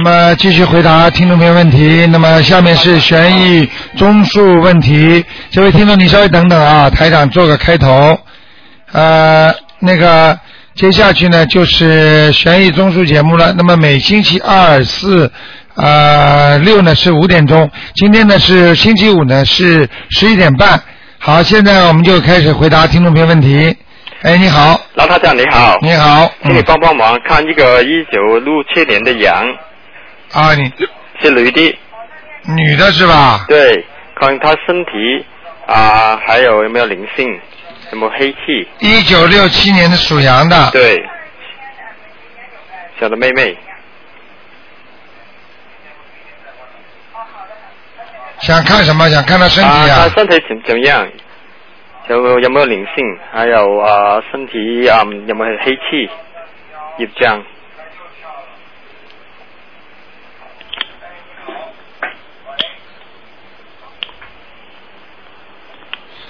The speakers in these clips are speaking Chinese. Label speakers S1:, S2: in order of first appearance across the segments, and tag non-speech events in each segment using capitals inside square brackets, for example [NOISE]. S1: 么继续回答听众朋友问题。那么下面是悬疑综述问题，这位听众你稍微等等啊，台长做个开头。呃，那个接下去呢就是悬疑综述节目了。那么每星期二、四、呃六呢是五点钟，今天呢是星期五呢是十一点半。好，现在我们就开始回答听众朋友问题。哎，你好，
S2: 老台长你好，
S1: 你好，
S2: 请你
S1: 嗯
S2: 帮帮忙看一个一九六七年的羊
S1: 啊，你
S2: 是女的，
S1: 女的是吧？
S2: 对，看她身体啊、还有有没有灵性，有没有黑气，
S1: 一九六七年的属羊的，
S2: 对，小的妹妹，
S1: 想看什么？想看她身体
S2: 啊
S1: 啊？
S2: 她身体怎怎样？有有没有灵性？还有啊、身体啊、嗯有没有黑气？业障？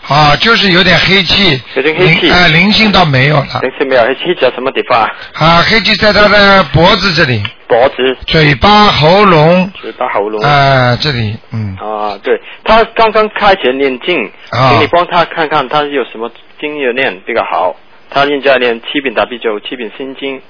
S1: 啊，就是有点黑气，
S2: 有点黑气
S1: 灵啊，灵性倒没有了
S2: 灵性没有？黑气在什么地方啊？
S1: 啊，黑气在她的脖子这里、
S2: 脖子、
S1: 嘴巴、喉咙
S2: 嘴巴、喉咙。
S1: 啊这里，嗯，
S2: 啊，对，他刚刚开始念经，
S1: 啊
S2: 请你帮他看看他有什么经要念比较好。他现在念七品大悲咒、七品心经，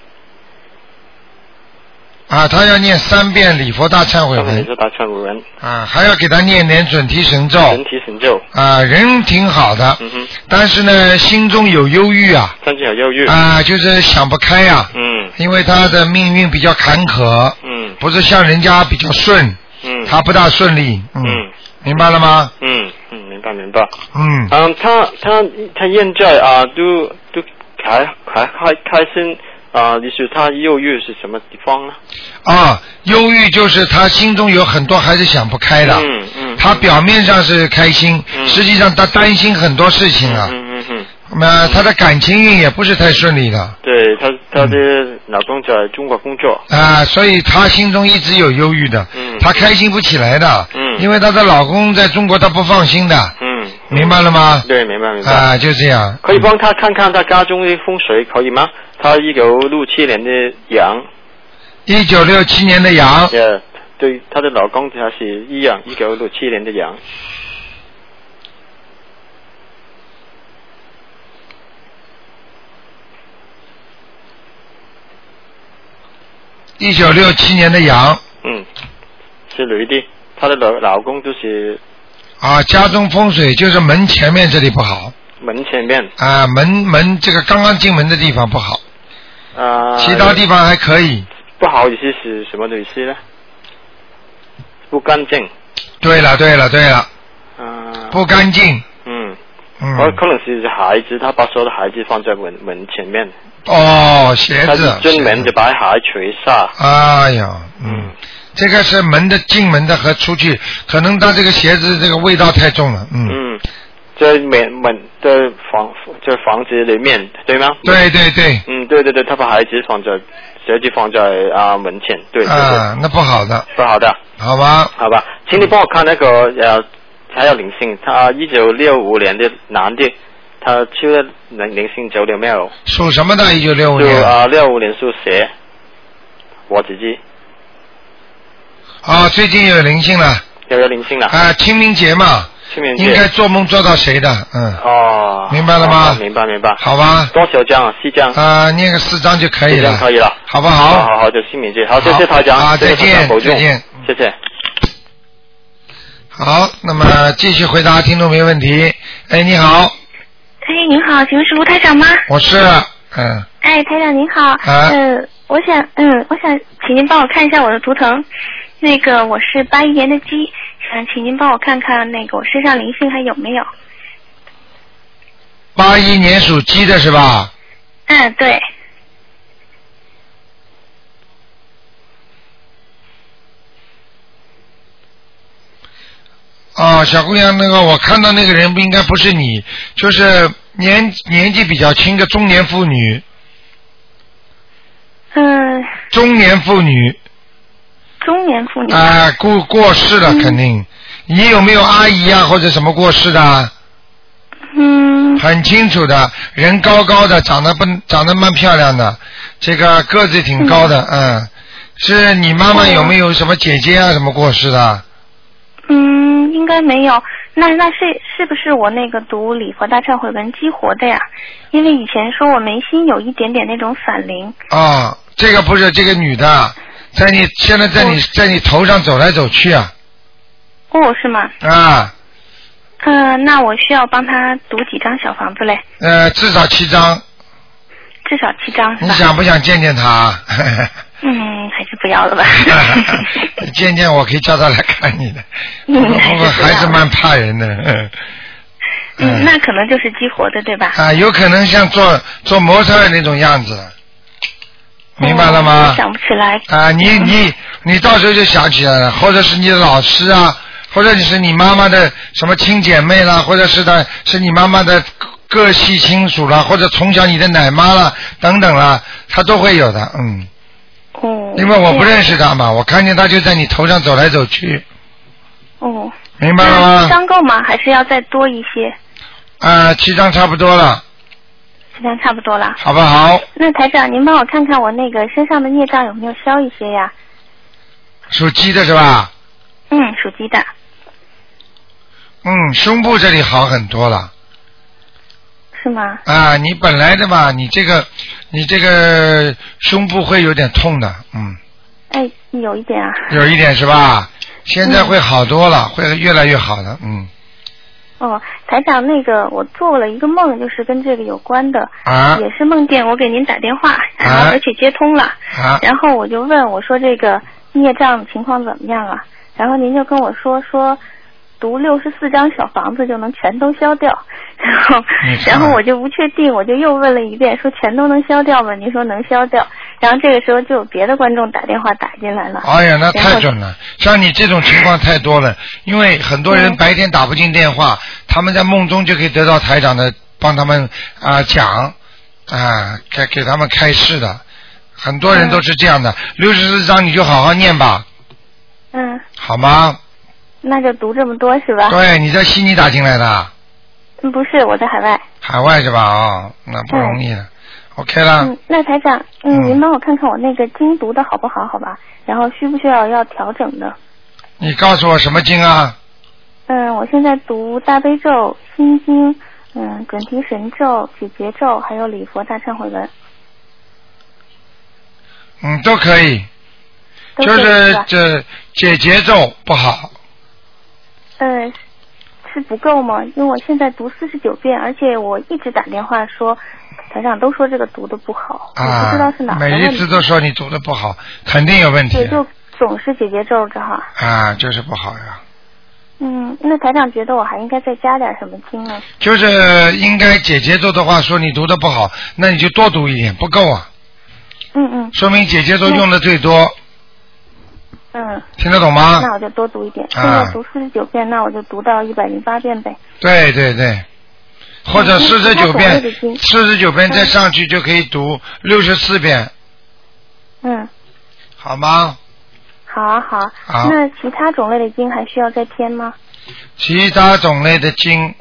S1: 啊，她要念三遍礼佛大忏悔
S2: 上面也
S1: 文
S2: 是大忏悔文、
S1: 啊，还要给她念点准提神咒
S2: 人体神咒。
S1: 啊，人挺好的，
S2: 嗯哼，
S1: 但是呢，心中有忧郁啊，
S2: 身体有忧郁。
S1: 啊，就是想不开呀、
S2: 嗯
S1: 因为她的命运比较坎坷，
S2: 嗯
S1: 不是像人家比较顺，
S2: 嗯。
S1: 她不大顺利，嗯
S2: 嗯，
S1: 明白了吗？
S2: 嗯嗯，明白明白。
S1: 嗯，
S2: 嗯，他他他现在啊，都都还还还开心啊，就是他忧郁是什么地方呢？
S1: 啊，忧郁就是他心中有很多还是想不开的，
S2: 嗯嗯。
S1: 他表面上是开心，
S2: 嗯
S1: 实际上他担心很多事情啊。
S2: 嗯嗯嗯嗯，
S1: 那、他的感情运也不是太顺利的
S2: 对他他
S1: 嗯
S2: 的老公在中国工作。
S1: 啊，所以他心中一直有忧郁的，
S2: 嗯
S1: 他开心不起来的，
S2: 嗯
S1: 因为她的老公在中国她不放心的，
S2: 嗯，
S1: 明白了吗？
S2: 对，明白明白。
S1: 啊，就这样。
S2: 可以帮他看看他家中的风水可以吗？他一九六七年的羊，
S1: 一九六七年的羊，
S2: 呃，对，他的老公还是一样，一九六七年的羊。
S1: 一九六七年的羊
S2: 嗯，是女的，她的老老公就是
S1: 啊，家中风水就是门前面这里不好
S2: 门前面
S1: 啊，门门这个刚刚进门的地方不好。
S2: 啊，
S1: 其他地方还可以。
S2: 不好意思是什么意思呢？不干净
S1: 对了，对了，对了，
S2: 啊，
S1: 不干净。
S2: 嗯，
S1: 嗯，
S2: 可可能是孩子，他把所有的孩子放在门门前面，
S1: 哦，鞋
S2: 他是
S1: 子。
S2: 专
S1: 鞋
S2: 门就
S1: 子
S2: 摆鞋、垂下，
S1: 哎呀，嗯，这个是门的进门的和出去，可能他这个鞋子这个味道太重了，嗯，
S2: 嗯，在门门在房在房子里面，对吗？
S1: 对对对，
S2: 嗯，对对对，他把孩子放在，鞋子放在啊门前，对对对，
S1: 啊，那不好的，
S2: 不好的，
S1: 好吧？
S2: 好吧，请你帮我看那个呃，还有灵性，他一九六五年的男的，他修了灵灵性走了没有？
S1: 属什么的？一九六五
S2: 就
S1: 年
S2: 啊六五年属蛇，我自己
S1: 啊，最近有灵性了
S2: 又有灵性了，
S1: 啊，清明节嘛，
S2: 清明
S1: 应
S2: 节
S1: 该做梦做到谁的？嗯，
S2: 哦，
S1: 明白了吗
S2: 哦明白明白，
S1: 好吧，
S2: 多少张啊？四张，
S1: 啊，念个四张就可以
S2: 四张
S1: 了，
S2: 可以了。
S1: 好不
S2: 好
S1: 好？
S2: 好好，就清明节，好，谢
S1: 好
S2: 谢台长，
S1: 啊
S2: 谢谢
S1: 再见
S2: 台长保重
S1: 再见，
S2: 谢谢。
S1: 好，那么继续回答听众朋友问题。哎，你好，
S3: 哎，您好，请问是吴台长吗？
S1: 我是嗯
S3: 哎，台长您好，
S1: 啊
S3: 嗯，我想，嗯，我想请您帮我看一下我的图腾，那个我是八一年的鸡，想请您帮我看看那个我身上灵性还有没有？
S1: 八一年属鸡的是吧？
S3: 嗯，对，
S1: 哦，小姑娘，那个我看到那个人不应该不是你，就是年年纪比较轻的中年妇女，
S3: 嗯，
S1: 中年妇女
S3: 中年妇女，嗯
S1: 啊、过过世了肯定。你有没有阿姨啊或者什么过世的啊？
S3: 嗯，
S1: 很清楚的，人高高的，长得不长得蛮漂亮的，这个个子挺高的，嗯，是你妈
S3: 哦
S1: 妈有没有什么姐姐啊什么过世的？
S3: 嗯，应该没有。那那是是不是我那个读礼佛大忏悔文激活的呀？因为以前说我眉心有一点点那种散灵。
S1: 啊，这个不是这个女的，在你现在在你在你头上走来走去啊
S3: 哦，是吗？
S1: 啊
S3: 嗯、那我需要帮他读几张小房子嘞？
S1: 呃，至少七张，
S3: 至少七张是
S1: 你
S3: 吧？
S1: 想不想见见她？
S3: [LAUGHS] 嗯，还是不要 [LAUGHS] 了吧。
S1: 见见我可以叫她来看你的，
S3: 嗯
S1: 不
S3: 还是
S1: 过
S3: 不要
S1: 还是蛮怕人的。
S3: [LAUGHS]
S1: 嗯
S3: 嗯，那可能就是激活的对吧？
S1: 啊，有可能像做做模特儿那种样子了，明白了
S3: 嗯
S1: 吗？
S3: 我想不起来。
S1: 啊，你你你到时候就想起来了，或者是你的老师啊，或者你是你妈妈的什么亲姐妹啦，或者是的是你妈妈的各系亲属啦，或者从小你的奶妈啦等等啦，她都会有的，嗯，
S3: 哦。
S1: 因为我不
S3: 这样
S1: 认识她嘛，我看见她就在你头上走来走去，
S3: 哦。
S1: 明白了
S3: 那七
S1: 吗？
S3: 张够吗？还是要再多一些？
S1: 啊，七张差不多了，
S3: 七张差不多了。
S1: 好不好？
S3: 那台长，您帮我看看我那个身上的业障有没有消一些呀？
S1: 属鸡的是吧？
S3: 嗯，属鸡的。
S1: 嗯，胸部这里好很多了。
S3: 是吗？
S1: 啊，你本来的嘛，你这个，你这个胸部会有点痛的，嗯，
S3: 哎，有一点啊。
S1: 有一点是
S3: 嗯
S1: 吧？现在会好多了，会越来越好的，嗯。
S3: 哦，台长，那个我做了一个梦，就是跟这个有关的，
S1: 啊
S3: 也是梦见我给您打电话，然后
S1: 啊
S3: 而且接通了，
S1: 啊
S3: 然后我就问我说这个孽障情况怎么样啊？然后您就跟我说说。读六十四张小房子就能全都消掉，然后
S1: 你看
S3: 然后我就不确定，我就又问了一遍，说全都能消掉吗？您说能消掉，然后这个时候就有别的观众打电话打进来了，
S1: 哎呀，那
S3: 然后
S1: 太准了！像你这种情况太多了，因为很多人
S3: 嗯
S1: 白天打不进电话，他们在梦中就可以得到台长的帮他们啊、讲啊，给给他们开示的。很多人
S3: 嗯
S1: 都是这样的，六十四章你就好好念吧，
S3: 嗯，
S1: 好吗？
S3: 那就读这么多是吧？
S1: 对，你在悉尼打进来的啊。
S3: 嗯，不是，我在海外。
S1: 海外是吧？啊、那不容易了。OK 啦，
S3: 嗯，那台长，
S1: 嗯
S3: 嗯，您帮我看看我那个经读的好不好，好吧？然后需不需要要调整的？
S1: 你告诉我什么经啊？
S3: 嗯，我现在读大悲咒、心经，嗯，准提神咒、解结咒，还有礼佛大忏悔文，
S1: 嗯，都可以，
S3: 都
S1: 就
S3: 可以
S1: 是
S3: 吧？
S1: 这解节奏不好，
S3: 嗯，是不够吗？因为我现在读四十九遍，而且我一直打电话说，台长都说这个读的不好，我
S1: 啊
S3: 不知道是哪，儿的
S1: 每
S3: 问
S1: 一
S3: 题
S1: 次。都说你读的不好，肯定有问题
S3: 对，就总是解结咒这哈。
S1: 啊，就是不好呀。
S3: 嗯，那台长觉得我还应该再加点什么经呢？
S1: 就是应该解节奏的话，说你读的不好，那你就多读一点，不够啊，
S3: 嗯嗯
S1: 说明解节奏用的最多，
S3: 嗯。
S1: 听得懂吗？
S3: 那我就多读一点。
S1: 啊
S3: 现在读四十九遍，那我就读到一百零八遍呗。
S1: 对对对，或者
S3: 嗯
S1: 四十
S3: 那
S1: 九
S3: 我
S1: 遍
S3: 也得嗯听，
S1: 四十九遍再上去就可以读六十四遍，
S3: 嗯，
S1: 好吗？
S3: 好啊好啊。
S1: 好
S3: 那其他种类的经还需要再添吗？
S1: 其他种类的经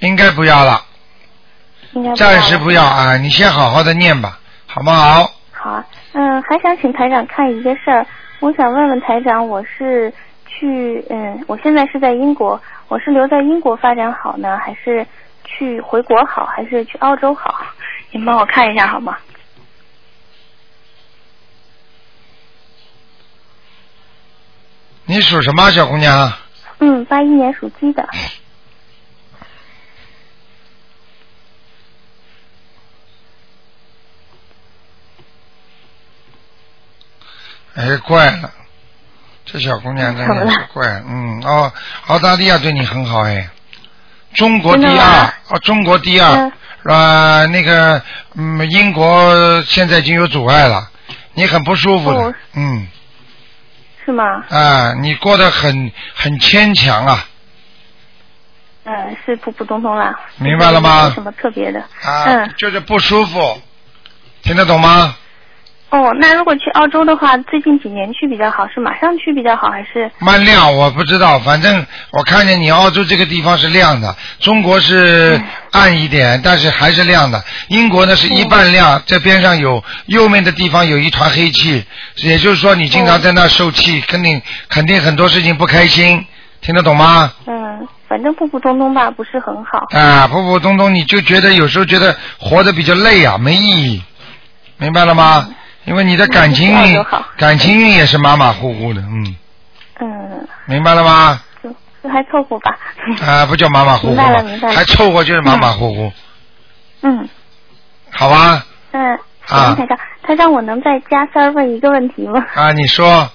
S1: 应该不要了，
S3: 应该
S1: 暂时
S3: 了
S1: 不要啊，你先好好的念吧，好不好？
S3: 好啊，嗯，还想请台长看一个事儿，我想问问台长，我是去嗯，我现在是在英国，我是留在英国发展好呢，还是去回国好，还是去澳洲好？ [LAUGHS] 您帮我看一下好吗？
S1: 你属什么，啊小姑娘？
S3: 嗯，八一年属鸡的，
S1: 嗯哎，怪了，这小姑娘真的
S3: 怎么
S1: 是
S3: 了
S1: 怪，嗯，哦，澳大利亚对你很好哎，中国第
S3: 真的
S1: 二
S3: 吗，
S1: 哦，中国第二，
S3: 嗯
S1: 啊，那个，嗯，英国现在已经有阻碍了，你很不舒服的，
S3: 哦
S1: 嗯，
S3: 是吗？
S1: 啊，你过得很很牵强啊，
S3: 嗯，是普普通通啦。
S1: 明白了吗
S3: 没什么特别的。
S1: 啊，
S3: 嗯
S1: 就是不舒服，听得懂吗？
S3: 哦，那如果去澳洲的话，最近几年去比较好，是马上去比较好，还是
S1: 慢亮我不知道，反正我看见你澳洲这个地方是亮的，中国是暗一点，但是还是亮的。英国呢是一半亮，这边上有右面的地方有一团黑气，也就是说你经常在那受气，肯定肯定很多事情不开心，听得懂吗？
S3: 嗯，反正普普通通吧，不是很好。
S1: 啊，普普通通，你就觉得有时候觉得活得比较累啊，没意义，明白了吗？因为你的感情
S3: 嗯嗯这样
S1: 运
S3: 就好，
S1: 感情运也是马马虎虎的，嗯，
S3: 嗯，
S1: 明白了吗？
S3: 就就还凑合吧。
S1: [LAUGHS] 啊，不叫马马虎虎
S3: 明白了明
S1: 嘛，
S3: 白了
S1: 还凑合就是马马虎
S3: [LAUGHS]
S1: 虎，
S3: 嗯
S1: 好吧？
S3: 嗯，
S1: 啊
S3: 行，台长，台长，我能再加塞儿问一个问题吗？
S1: 啊，你说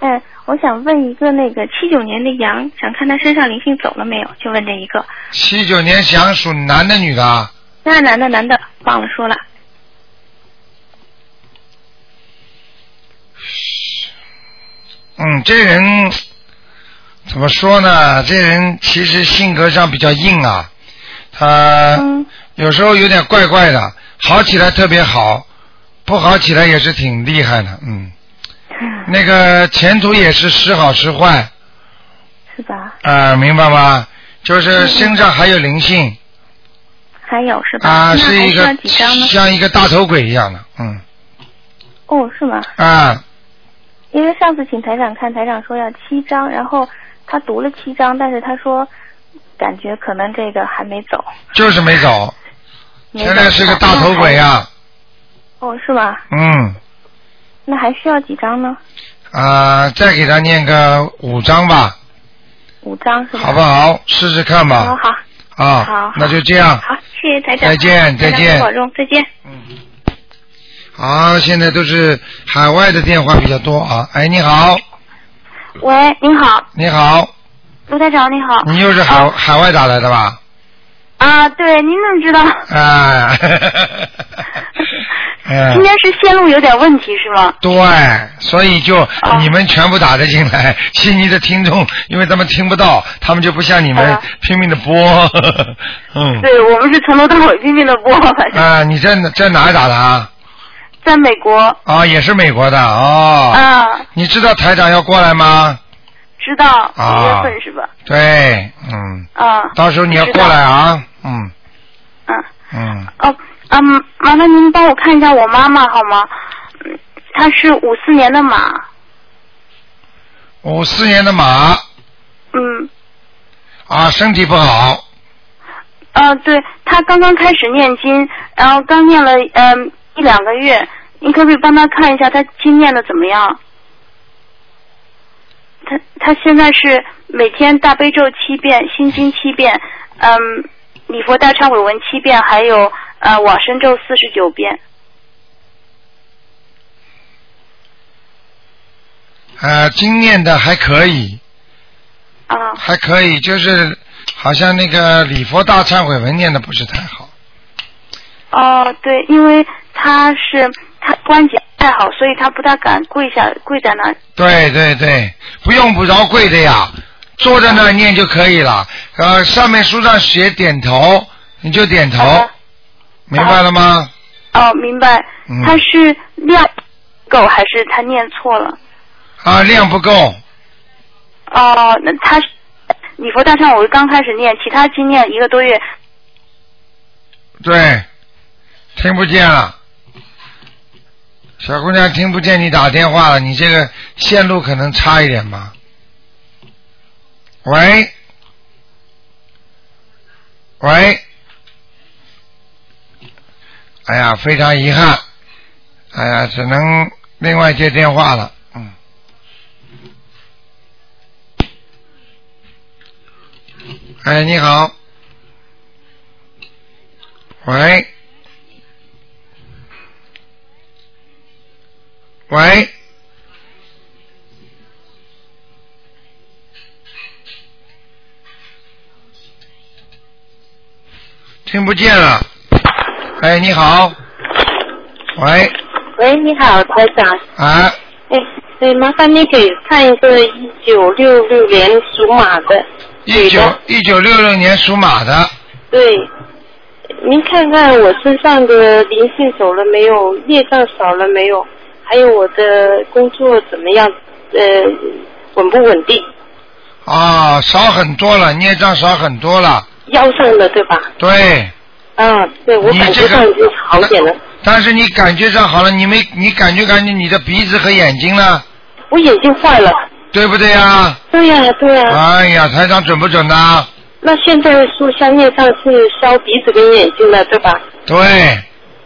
S3: 嗯，我想问一个那个七九年的羊，想看他身上灵性走了没有，就问这一个。
S1: 七九年想属男的女的啊？
S3: 那男的男的忘了说了，
S1: 嗯，这人怎么说呢？这人其实性格上比较硬啊，他
S3: 嗯
S1: 有时候有点怪怪的，好起来特别好，不好起来也是挺厉害的，嗯，
S3: [LAUGHS]
S1: 那个前途也是时好时坏。
S3: 是吧？嗯
S1: 啊，明白吗？就是身上还有灵性
S3: 还有是吧？
S1: 啊，
S3: 那
S1: 是
S3: 还
S1: 一
S3: 需
S1: 个
S3: 要几张呢？
S1: 像一个大头鬼一样的，嗯
S3: 哦，是吗？
S1: 啊，
S3: 因为上次请台长看，台长说要七张，然后他读了七张，但是他说感觉可能这个还没走。
S1: 就是没走，
S3: 没
S1: 现在
S3: 走
S1: 是个大头鬼！啊，
S3: 哦，是吧？
S1: 嗯
S3: 那还需要几张呢？
S1: 啊，再给他念个五章吧，
S3: 五张是吧？
S1: 好不好？试试看
S3: 哦，
S1: 吧，
S3: 好，好
S1: 啊，那就这样。
S3: 好，谢谢台长。
S1: 再见
S3: 台长
S1: 再见
S3: 多保重，再见。
S1: 好，现在都是海外的电话比较多啊。哎，你好，
S4: 喂，您好，
S1: 你好，
S4: 卢台长，你好。
S1: 你又是海海外打来的吧？
S4: 啊，对，您怎么知道？
S3: [LAUGHS]
S1: 啊，嗯
S4: 今天是线路有点问题是吗？
S1: 对，所以就
S4: 哦
S1: 你们全部打得进来， [LAUGHS] 悉尼的听众，因为他们听不到，他们就不像你们
S4: 啊
S1: 拼命的播。 [LAUGHS] 嗯，
S4: 对，我们是从头到尾拼命的播，反正
S1: 啊，你在哪在哪儿打的啊？
S4: 在美国。
S1: 啊，也是美国的哦。
S4: 啊，
S1: 你知道台长要过来吗？
S4: 知道，
S1: 啊
S4: 五月份是吧？
S1: 对，嗯，
S4: 啊。
S1: 到时候你要过来啊，嗯
S4: 嗯、
S1: 嗯，
S4: 哦，啊，嗯麻烦您帮我看一下我妈妈好吗？嗯，她是五四年的马，
S1: 五四年的马
S4: 嗯，
S1: 啊，身体不好，
S4: 呃，对，她刚刚开始念经，然后刚念了嗯、一两个月，您可不可以帮她看一下她经念的怎么样？她她现在是每天大悲咒七遍，心经七遍，嗯，礼佛大忏悔文七遍，还有呃往生咒四十九遍。
S1: 呃，经验的还可以，
S4: 啊
S1: 还可以，就是好像那个礼佛大忏悔文念的不是太好。
S4: 哦，对，因为她是她关节不太好，所以她不大敢跪下跪在那里。
S1: 对对对，不用不着跪的呀，坐在那儿念就可以了。呃，上面书上写点头，你就点头，
S4: 好的
S1: 明白了吗？
S4: 哦，明白
S1: 嗯。
S4: 他是量够还是他念错了？
S1: 啊，量不够，
S4: 哦，那他是礼佛大忏我刚开始念，其他经念一个多月。
S1: 对，听不见了。小姑娘听不见你打电话了，你这个线路可能差一点吧。喂，喂，哎呀，非常遗憾，哎呀，只能另外接电话了。嗯。哎，你好。喂，喂，听不见了。哎，你好，喂，
S5: 喂，你好，台长。
S1: 啊，
S5: 哎，对，麻烦你给看一个一九六六年属马的，
S1: 一
S5: 女
S1: 九
S5: 的
S1: 一九六六年属马的，
S5: 对，您看看我身上的灵性走了没有，业障少了没有，还有我的工作怎么样，呃，稳不稳定？
S1: 啊，少很多了，孽障少很多了。
S5: 腰上的对吧？
S1: 对，
S5: 啊，对我
S1: 你
S5: 感
S1: 这
S5: 觉
S1: 个
S5: 上已经好点了。
S1: 但是你感觉上好了，你没你感觉感觉你的鼻子和眼睛呢，
S5: 我眼睛坏了。嗯
S1: 对不对呀、
S5: 对呀、对呀、
S1: 哎呀，台长准不准呐、
S5: 那现在说像业障是烧鼻子跟眼睛了，对吧？
S1: 对，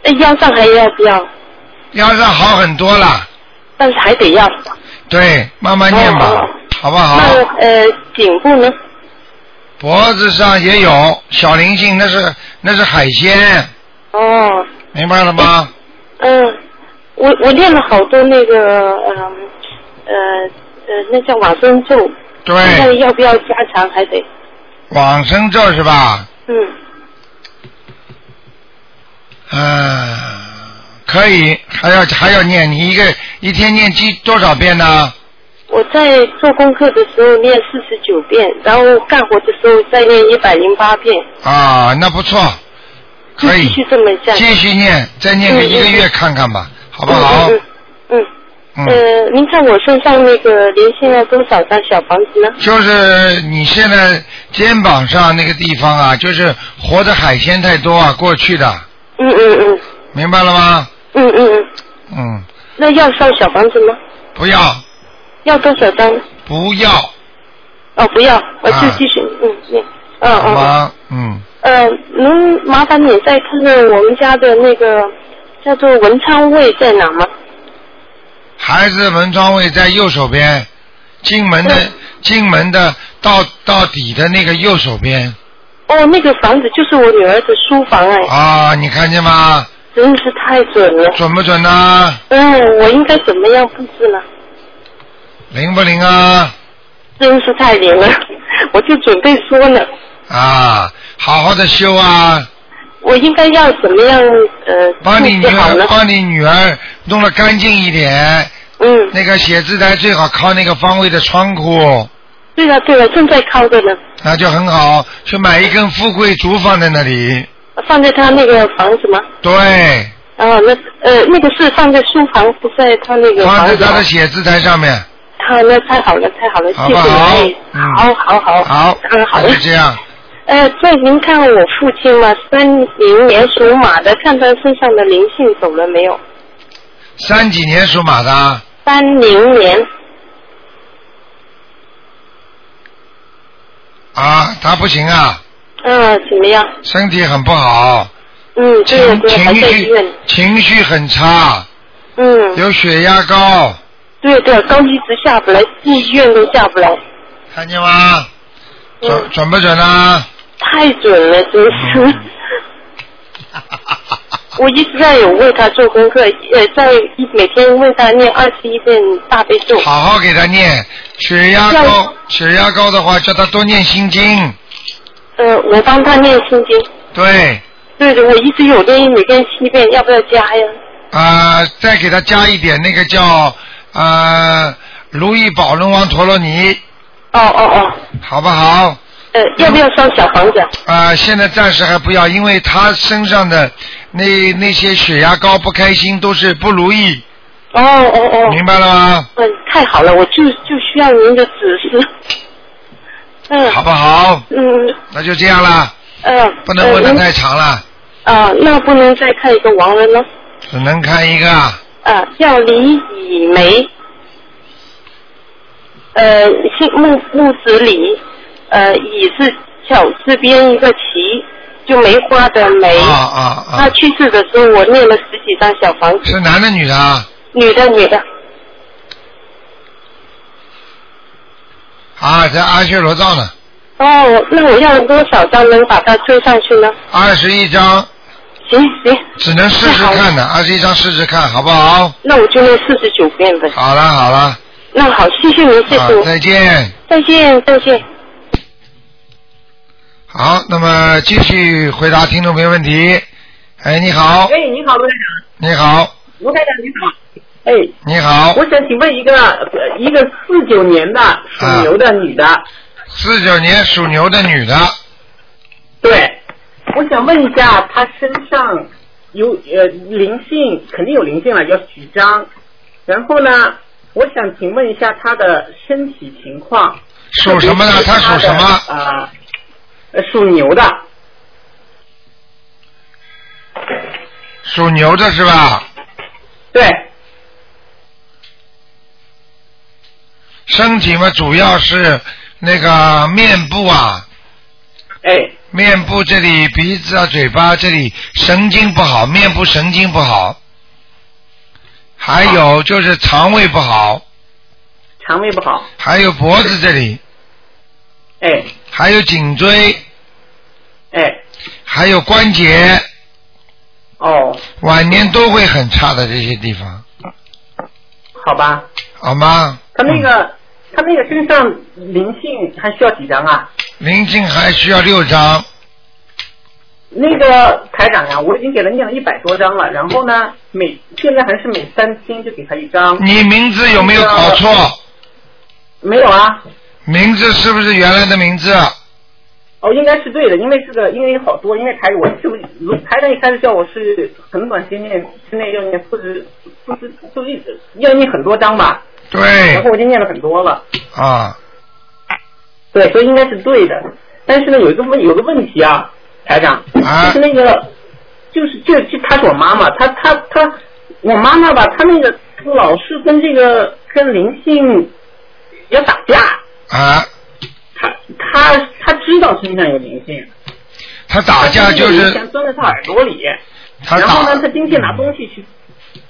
S5: 那腰上还要不要？
S1: 腰上好很多了，
S5: 但是还得要。
S1: 对，慢慢念吧，
S5: 哦
S1: 好不好？
S5: 那呃，颈部呢？
S1: 脖子上也有小灵性，那是那是海鲜，
S5: 哦，
S1: 明白了吗？
S5: 嗯，我我练了好多那个，嗯，呃呃，那叫往生咒，现在
S1: 对，
S5: 要不要加强？还得，
S1: 往生咒是吧？
S5: 嗯，
S1: 嗯，可以，还要还要念，你一个一天念几多少遍呢？
S5: 我在做功课的时候念四十九遍，然后干活的时候再念一百零八遍，
S1: 啊，那不错，
S5: 就
S1: 可
S5: 继
S1: 以，
S5: 续这么下去，
S1: 继续念，再念个
S5: 嗯嗯
S1: 一个月
S5: 嗯
S1: 看看吧，好不好？
S5: 嗯嗯嗯嗯，
S1: 嗯，
S5: 呃，您看我身上那个连现在多少张小房子呢？
S1: 就是你现在肩膀上那个地方啊，就是活的海鲜太多啊，过去的，
S5: 嗯嗯嗯
S1: 明白了吗？
S5: 嗯嗯嗯，
S1: 嗯，
S5: 那要上小房子吗？
S1: 不要，
S5: 要多少张？
S1: 不要，
S5: 哦，不要，我就
S1: 啊
S5: 继续，嗯嗯嗯
S1: 好
S5: 嗯。嗯
S1: 吗？嗯，
S5: 呃，能麻烦你再看看我们家的那个叫做文昌位在哪吗？
S1: 孩子门窗位在右手边，进门的
S5: 嗯
S1: 进门的到到底的那个右手边
S5: 哦，那个房子就是我女儿的书房哎，
S1: 啊，你看见吗？
S5: 真是太准了。
S1: 准不准呢？
S5: 嗯，我应该怎么样布置呢？
S1: 灵不灵啊？
S5: 真是太灵了， [LAUGHS] 我就准备说呢，
S1: 啊，好好的修啊，
S5: 我应该要怎么样呃
S1: 帮你
S5: 布
S1: 女
S5: 置好
S1: 儿
S5: 呢？
S1: 帮你女儿弄得干净一点。
S5: 嗯，
S1: 那个写字台最好靠那个方位的窗户，
S5: 对了对了，正在敲着呢，
S1: 那就很好。去买一根富贵竹放在那里，
S5: 放在她那个房子吗？
S1: 对，
S5: 哦，那呃那个是放在书房，不在她那个
S1: 放
S5: 房
S1: 在
S5: 子
S1: 她
S5: 吗
S1: 的。写字台上面。
S5: 好，那太好了，太好了，
S1: 好
S5: 谢
S1: 不好
S5: 谢你，
S1: 嗯
S5: 好好好，
S1: 好，
S5: 嗯，好
S1: 那
S5: 的
S1: 就。这样。
S5: 呃，再您看我父亲嘛，三零年属马的，看他身上的灵性走了没有？
S1: 三几年属马的啊，
S5: 三零年，
S1: 啊，他不行啊，
S5: 嗯，怎么样？
S1: 身体很不好，
S5: 嗯，
S1: 情
S5: 对呀对呀，还
S1: 情
S5: 在医院
S1: 绪。情绪很差，
S5: 嗯，
S1: 有血压高，
S5: 对对，高一直下不来，进医院都下不来，
S1: 看见吗？
S5: 嗯
S1: 准准不准啊？
S5: 太准了，真
S1: [LAUGHS]
S5: 是。
S1: 嗯
S5: 我一直在有为他做功课，呃，在一每天为他念二十一遍大悲咒。
S1: 好好给他念，血压高，血压高的话，叫他多念心经。
S5: 呃，我帮他念心经。
S1: 对，
S5: 对的，我一直有练，每天七遍，要不要加呀？
S1: 啊、再给他加一点那个叫呃如意宝龙王陀罗尼，
S5: 哦哦哦，
S1: 好不好？
S5: 呃，要不要烧小房子啊？
S1: 啊、现在暂时还不要，因为他身上的那那些血压高、不开心都是不如意，
S5: 哦哦哦，
S1: 明白了吗？
S5: 嗯，太好了，我就就需要您的指示。嗯，
S1: 好不好？
S5: 嗯
S1: 那就这样啦，
S5: 呃，
S1: 不能问的
S5: 呃
S1: 太长了，
S5: 您啊、那不能再看一个王人了。
S1: 只能看一个啊。
S5: 啊、叫李以梅，呃，姓木木子李，呃，以是小字边一个齐，就梅花的梅。
S1: 啊啊
S5: 他
S1: 啊！
S5: 去世的时候，我念了十几张小房子。
S1: 是男的女的啊？
S5: 女的，女的，
S1: 啊，在阿修罗道呢，
S5: 哦，那我要多少张能把它推上去呢？
S1: 二十一章，
S5: 行行，
S1: 只能试试看的，二十一章试试看，好不好？
S5: 那我就念四十九遍呗。
S1: 好了好了，
S5: 那好，谢谢您，谢
S1: 啊
S5: 谢，您，
S1: 再见。
S5: 再见，再见。
S1: 好，那么继续回答听众朋友问题。哎，你好，
S6: 哎，你好，卢台长，
S1: 你好，
S6: 卢台长你好。哎，
S1: 你好，
S6: 我想请问一个呃一个四九年的属
S1: 啊
S6: 牛的女的，
S1: 四九年属牛的女的，
S6: 对，我想问一下，他身上有呃灵性，肯定有灵性了，要几张？然后呢，我想请问一下他的身体情况。
S1: 属什么呢
S6: 特别是
S1: 他属什么
S6: 他的？呃呃，属牛的。
S1: 属牛的是吧？
S6: 对，
S1: 身体嘛，主要是那个面部啊，
S6: 哎，
S1: 面部这里、鼻子啊、嘴巴这里神经不好，面部神经不好，还有就是肠胃不好，
S6: 肠胃不好，
S1: 还有脖子这里，
S6: 哎
S1: 还有颈椎，
S6: 哎，
S1: 还有关节，
S6: 哦，
S1: 晚年都会很差的这些地方，
S6: 好吧。
S1: 好吗？
S6: 他那个、他那个身上灵性还需要几张啊？
S1: 灵性还需要六张，
S6: 那个台长呀、我已经给他念了一百多张了，然后呢，每现在还是每三天就给他一张。
S1: 你名字有没有搞错？
S6: 没有啊，
S1: 名字是不是原来的名字？
S6: 哦，应该是对的，因为这个因为有好多，因为台我是不是台长一开始叫我是很短时间念之内要念四十四十就是一直要念很多张吧，然
S1: 对
S6: 后我就念了很多了，
S1: 啊，
S6: 对，所以应该是对的。但是呢，有一个问有个问题啊，台长，
S1: 啊
S6: 就是那个就是就就她是我妈妈，她她她我妈妈吧，她那个老是跟这个跟灵性要打架，
S1: 啊，
S6: 她她她知道身上有灵性，
S1: 他打架就
S6: 她那个
S1: 是
S6: 灵性钻在她耳朵里。
S1: 他
S6: 然
S1: 打
S6: 后呢，他今天拿东西去，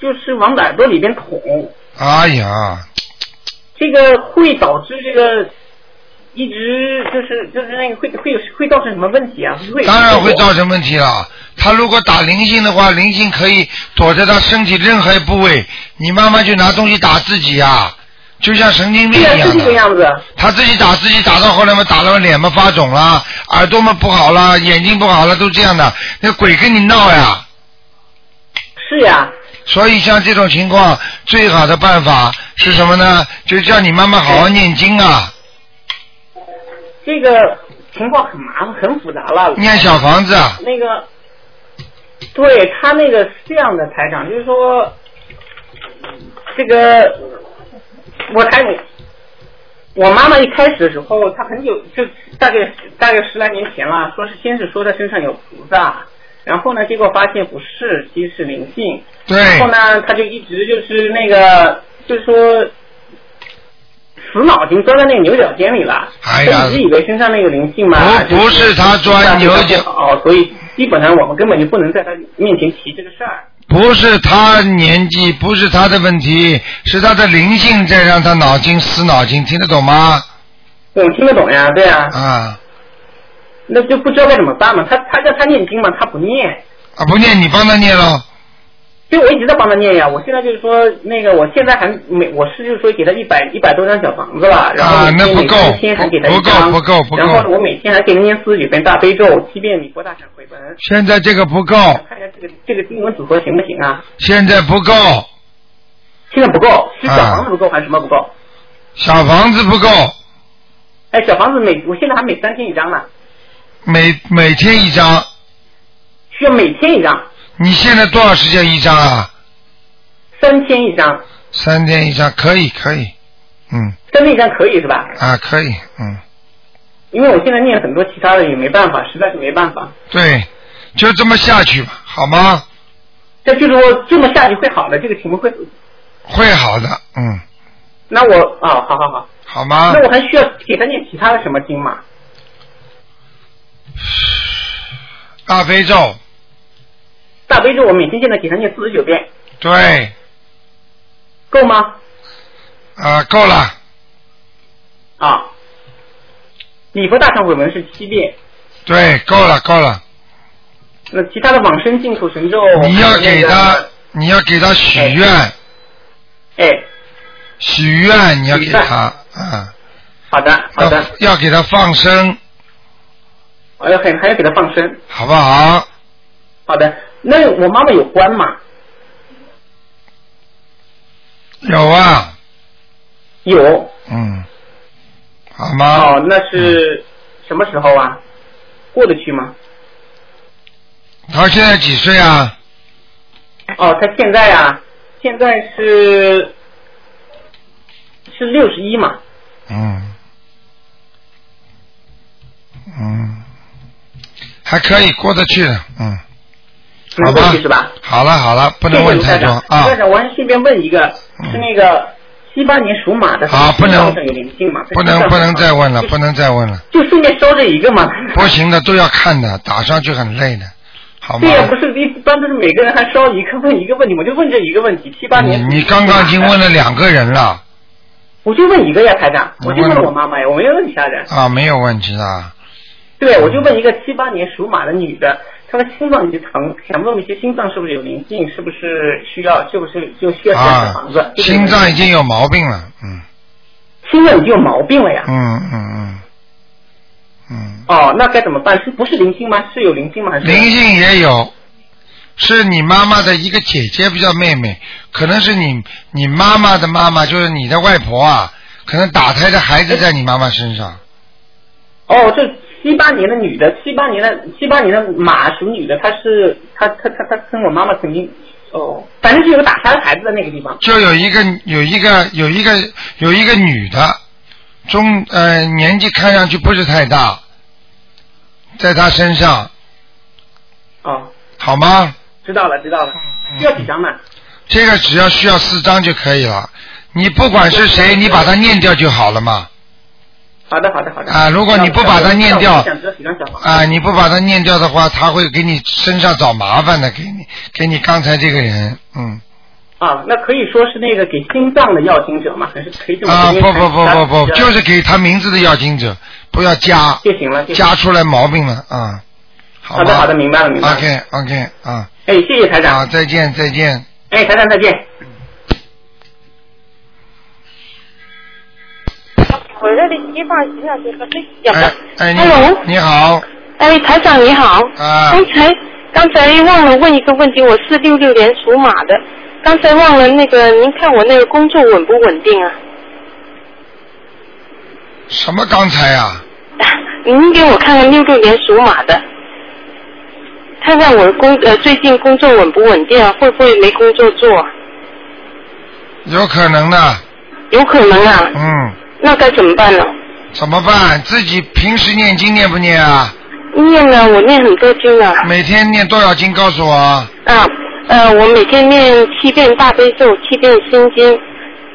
S6: 就是往耳朵里边捅，
S1: 哎呀，
S6: 这个会导致这个一直就是就是那个会会有会造成什么问题啊？会
S1: 当然会造成问题了。他如果打灵性的话，灵性可以躲在他身体任何部位，你妈妈就拿东西打自己啊，就像神经病
S6: 对啊
S1: 一
S6: 呀、
S1: 样的。
S6: 是这个样子。
S1: 他自己打自己打到后来嘛，打到脸嘛发肿啦，耳朵嘛不好啦，眼睛不好啦，都这样的。那鬼跟你闹呀，
S6: 是呀、
S1: 所以像这种情况，最好的办法是什么呢？就叫你妈妈好好念经啊，
S6: 这个情况很麻烦，很复杂了。
S1: 念小房子啊，
S6: 那个，对他那个是这样的台长，就是说，这个我台长，我妈妈一开始的时候，她很久就大概大概十来年前了，说是先是说她身上有菩萨，然后呢，结果发现不是，其实是灵性，然
S1: 对
S6: 后，呢，她就一直就是那个，就是说。死脑筋钻在那个牛角尖里了，
S1: 哎呀
S6: 她一直以为身上那个灵性嘛，
S1: 不不是他钻牛角，
S6: 哦，所以基本上我们根本就不能在他面前提这个事儿。
S1: 不是他年纪，不是他的问题，是他的灵性在让他脑筋死脑筋，听得懂吗？
S6: 我听得懂呀，对呀、
S1: 啊
S6: 那就不知道该怎么办嘛。他他叫他念经嘛，他不念，
S1: 啊，不念你帮他念喽，
S6: 所以我一直在帮他念呀。我现在就是说，那个我现在还没，我是就是说给他一百一百多张小房子了，然后
S1: 啊
S6: 每
S1: 那
S6: 天
S1: 不
S6: 每
S1: 够
S6: 天天还给他一张
S1: 不不够不够
S6: 然后我每天还给他念四十九遍大悲咒，七遍礼佛大忏悔文。
S1: 现在这个不够，
S6: 看一下这个这个经文组合行不行啊？
S1: 现在不够，
S6: 现在不够，是小
S1: 啊
S6: 房子不够还是什么不够？
S1: 小房子不够，
S6: 哎，小房子每我现在还每三天一张呢，
S1: 每每天一张，
S6: 需要每天一张，
S1: 你现在多少时间一张啊？
S6: 三天一张。
S1: 三天一张，可以可以，嗯
S6: 真那张可以是吧？
S1: 啊可以，嗯
S6: 因为我现在念很多其他的也没办法，实在是没办法。
S1: 对，就这么下去吧，好吗？
S6: 这就是说这么下去会好的，这个情况会。
S1: 会好的，嗯，
S6: 那我啊、好好好，
S1: 好吗？
S6: 那我还需要给他念其他的什么经吗？
S1: 大悲咒，
S6: 大悲咒我每天现在给他念四十九遍，
S1: 对
S6: 够吗？
S1: 啊够了，
S6: 啊，礼佛大忏悔文是七遍，
S1: 对够了够了，
S6: 那其他的往生净土神咒，
S1: 你要给
S6: 还
S1: 他
S6: 有
S1: 你要给他许愿，
S6: 那哎个，哎，
S1: 许愿你要给
S6: 许愿
S1: 他啊，
S6: 好的好的，
S1: [LAUGHS] 要要给他放生，
S6: 我要还还要给他放生，
S1: 好不好？
S6: 好的。那我妈妈有关吗？
S1: 有啊，
S6: 有，
S1: 嗯，好吗？
S6: 哦，那是什么时候啊？过得去吗？
S1: 他现在几岁啊？
S6: 哦，他现在啊，现在是是六十一嘛，
S1: 嗯，嗯，还可以过得去的，嗯，好
S6: 能过
S1: 吧
S6: 去是吧？
S1: 好了好了，不能问太多
S6: 谢谢卢台长
S1: 啊
S6: 卢台，长，我还顺便问一个，是那个七八年属马的，
S1: 好啊不能
S6: 身上有灵性嘛？
S1: 不能不能再问了，
S6: 就
S1: 不能再问了，
S6: 就顺便收这一个嘛。
S1: 不行的都要看的，打上去很累的，好吗
S6: 对？呀、不是一般都是每个人还烧一个问一个问题，我就问这一个问题，七八
S1: 你
S6: 年属
S1: 你刚刚已经问了两个人了
S6: 我就问一个呀，台长，
S1: 你
S6: 我
S1: 问
S6: 就问了我妈妈呀，我没问其他人。
S1: 啊，没有问题的，
S6: 对，我就问一个七八年属马的女的，她的心脏一直疼，想问一些心脏是不是有灵性，是不是需要，是不是就需要小
S1: 啊
S6: 房子？，就是
S1: 心脏已经有毛病了，嗯
S6: 心脏已经有毛病了呀。
S1: 嗯嗯嗯
S6: 哦，那该怎么办？是不是灵性吗？是有灵性吗？还
S1: 嗯，
S6: 是
S1: 灵性也有，是你妈妈的一个姐姐，不叫妹妹，可能是你你妈妈的妈妈，就是你的外婆啊，可能打胎的孩子在你妈妈身上，
S6: 哦，这七八年的女的，七八年的七八年的马属女的，她是她她她她跟我妈妈曾经哦，反正是有个打胎孩子的那个地方。
S1: 就有一个有一个有一个有一个女的，中呃年纪看上去不是太大，在她身上
S6: 哦，
S1: 好吗？
S6: 知道了知道了，
S1: 嗯
S6: 需要几张呢？
S1: 这个只要需要四张就可以了。你不管是谁，你把它念掉就好了嘛。
S6: 好的好的好的。
S1: 啊如果你不把它念掉
S6: 那我想知道几张小房子。
S1: 啊，你不把它念掉的话，他会给你身上找麻烦的，给你给你刚才这个人，嗯
S6: 啊，那可以说是那个给心脏的要经者吗？还是可以这么
S1: 啊，
S6: 说
S1: 不不不不不，就。
S6: 因为
S1: 是给他名字的要经者，不要加
S6: 就行了，就行了
S1: 加出来毛病了啊。好
S6: 好的
S1: 吧
S6: 好的，明白了明白了。
S1: OK OK 啊，
S6: 哎，谢谢台
S1: 好，
S6: 长。
S1: 再见再见。
S6: 哎，台长再见。
S5: 我这里地方行了，这个最小
S1: 哎哎，你
S5: Hello
S1: 你好
S5: 哎，台长你好。
S1: 啊
S5: 刚才刚才忘了问一个问题，我是六六年属马的，刚才忘了那个，您看我那个工作稳不稳定啊？
S1: 什么刚才啊？
S5: 您给我看看六六年属马的，看看我的工呃最近工作稳不稳定啊？会不会没工作做啊？
S1: 有可能的，
S5: 有可能啊，
S1: 嗯。
S5: 那该怎么办呢？
S1: 怎么办？自己平时念经念不念啊？
S5: 念呢，我念很多经啊，
S1: 每天念多少经？告诉我啊。
S5: 啊，呃，我每天念七遍大悲咒，七遍心经，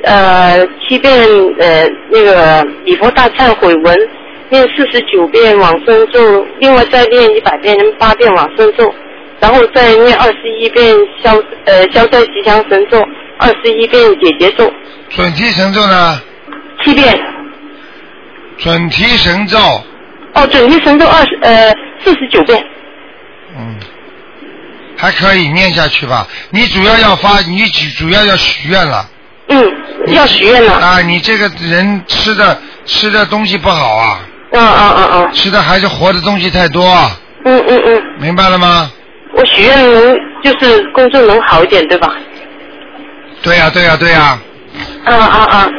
S5: 呃，七遍呃那个礼佛大忏悔文，念四十九遍往生咒，另外再念一百遍八遍往生咒，然后再念二十一遍消呃消灾吉祥神咒，二十一遍解结咒，
S1: 准提神咒呢？
S5: 七遍。
S1: 准提神咒，
S5: 哦，准提神咒二十呃四十九遍。
S1: 嗯，还可以念下去吧。你主要要发，你主主要要许愿了
S5: 嗯，要许愿了。
S1: 啊！你这个人吃的吃的东西不好啊，
S5: 嗯嗯嗯嗯
S1: 吃的还是活的东西太多，啊，
S5: 嗯嗯嗯，
S1: 明白了吗？
S5: 我许愿能就是工作能好一点，对吧？
S1: 对呀、对呀、对呀、
S5: 啊啊啊！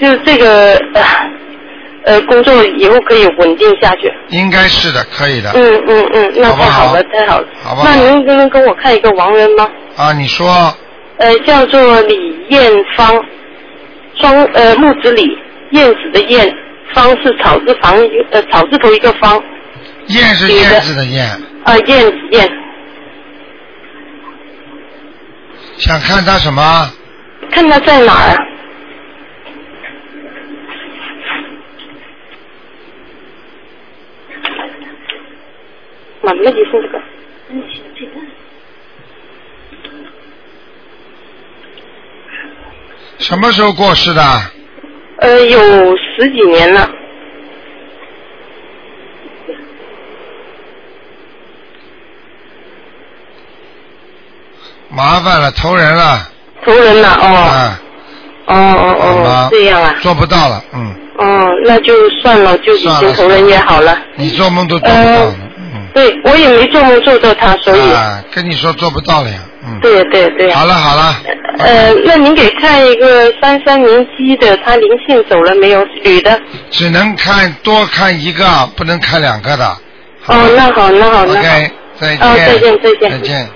S5: 就是这个呃呃，工作以后可以稳定下去。
S1: 应该是的，可以的
S5: 嗯嗯嗯，那
S1: 好不
S5: 太
S1: 好
S5: 好了，太好了。
S1: 好不好
S5: 那您能能跟我看一个王人吗？
S1: 啊！你说
S5: 呃，叫做李艳芳，双呃木子李，燕子的燕，芳是草字旁一个呃草字头一个芳，
S1: 燕是
S5: 你的
S1: 燕子的燕，
S5: 啊、燕子燕，
S1: 想看他什么？
S5: 看他在哪儿啊？妈妈，你说这个。
S1: 什么时候过世的？
S5: 呃，有十几年了。
S1: 麻烦了，投人了，
S5: 仇人了哦，
S1: 啊，
S5: 哦哦
S1: 好
S5: 哦
S1: 吧，
S5: 这样啊，
S1: 做不到了，嗯，
S5: 哦，那就算了，就已
S1: 算了
S5: 经仇人也好了。呃
S1: 你做梦都做不到了，嗯，
S5: 对，我也没做梦做到他，所以，
S1: 啊，跟你说做不到了呀，嗯，
S5: 对对对。
S1: 好了好了，
S5: 呃，那您给看一个三三年鸡的，他灵性走了没有？女的。
S1: 只能看多看一个，不能看两个的，好吧
S5: 哦，那好，那好，那好。
S1: ，OK，再见。
S5: 哦再见再见
S1: 再见。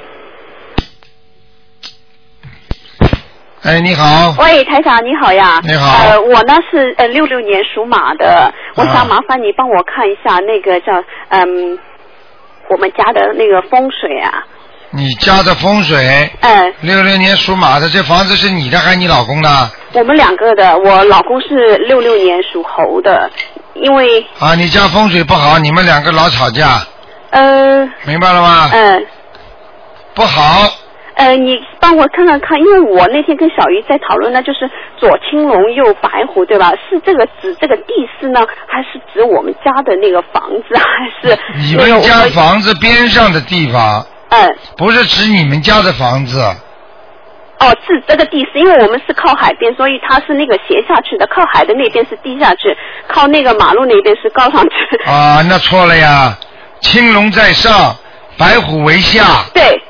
S1: 哎，你好。
S7: 喂，台长你好呀。
S1: 你好
S7: 呃，我呢是呃六六年属马的，我
S1: 啊
S7: 想麻烦你帮我看一下那个叫嗯，我们家的那个风水啊。
S1: 你家的风水，
S5: 哎
S7: 嗯，
S1: 六六年属马的，这房子是你的还是你老公的？
S7: 我们两个的，我老公是六六年属猴的，因为
S1: 啊，你家风水不好，你们两个老吵架，
S7: 呃
S1: 明白了吗？
S5: 哎
S7: 嗯
S1: 不好，
S7: 呃，你帮我看看看，因为我那天跟小鱼在讨论呢，就是左青龙右白虎，对吧？是这个指这个地势呢，还是指我们家的那个房子，还是
S1: 你
S7: 那个我
S1: 们家房子边上的地方，
S5: 哎
S7: 嗯。
S1: 不是指你们家的房子。
S7: 哦，是这个地势，因为我们是靠海边，所以它是那个斜下去的，靠海的那边是低下去，靠那个马路那边是高上去。
S1: 啊，那错了呀，青龙在上，白虎为下，
S7: [LAUGHS] 对，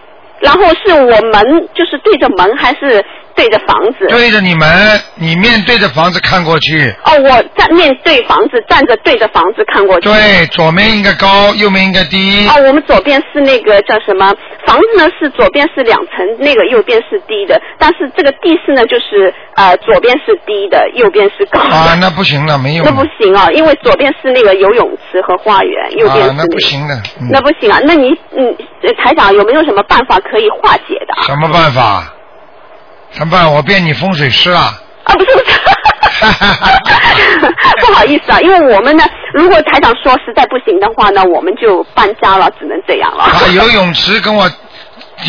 S7: 然后是我门，就是对着门还是对着房子？
S1: 对着你们，你面对着房子看过去，
S7: 哦，我站面对房子，站着对着房子看过去。
S1: 对，左面应该高，右面应该低
S7: 哦，，我们左边是那个叫什么房子呢？是左边是两层，那个右边是低的。但是这个地势呢，就是呃左边是低的，右边是高的。
S1: 啊，那不行了，没有
S7: 哦那
S1: 了，
S7: 不行啊，因为左边是那个游泳池和花园，右边是、
S1: 啊，那不。行的，嗯
S7: 那不行啊，那你嗯，呃台长有没有什么办法可以化解的 [LAUGHS] 啊？
S1: 什么办法？怎么办？我变你风水
S7: [LAUGHS]
S1: 师了。
S7: 啊，不是
S1: [LAUGHS]
S7: 不是，不好意思啊，因为我们呢，如果台长说实在不行的话呢，我们就搬家了，只能这样了。
S1: 啊，游泳池跟我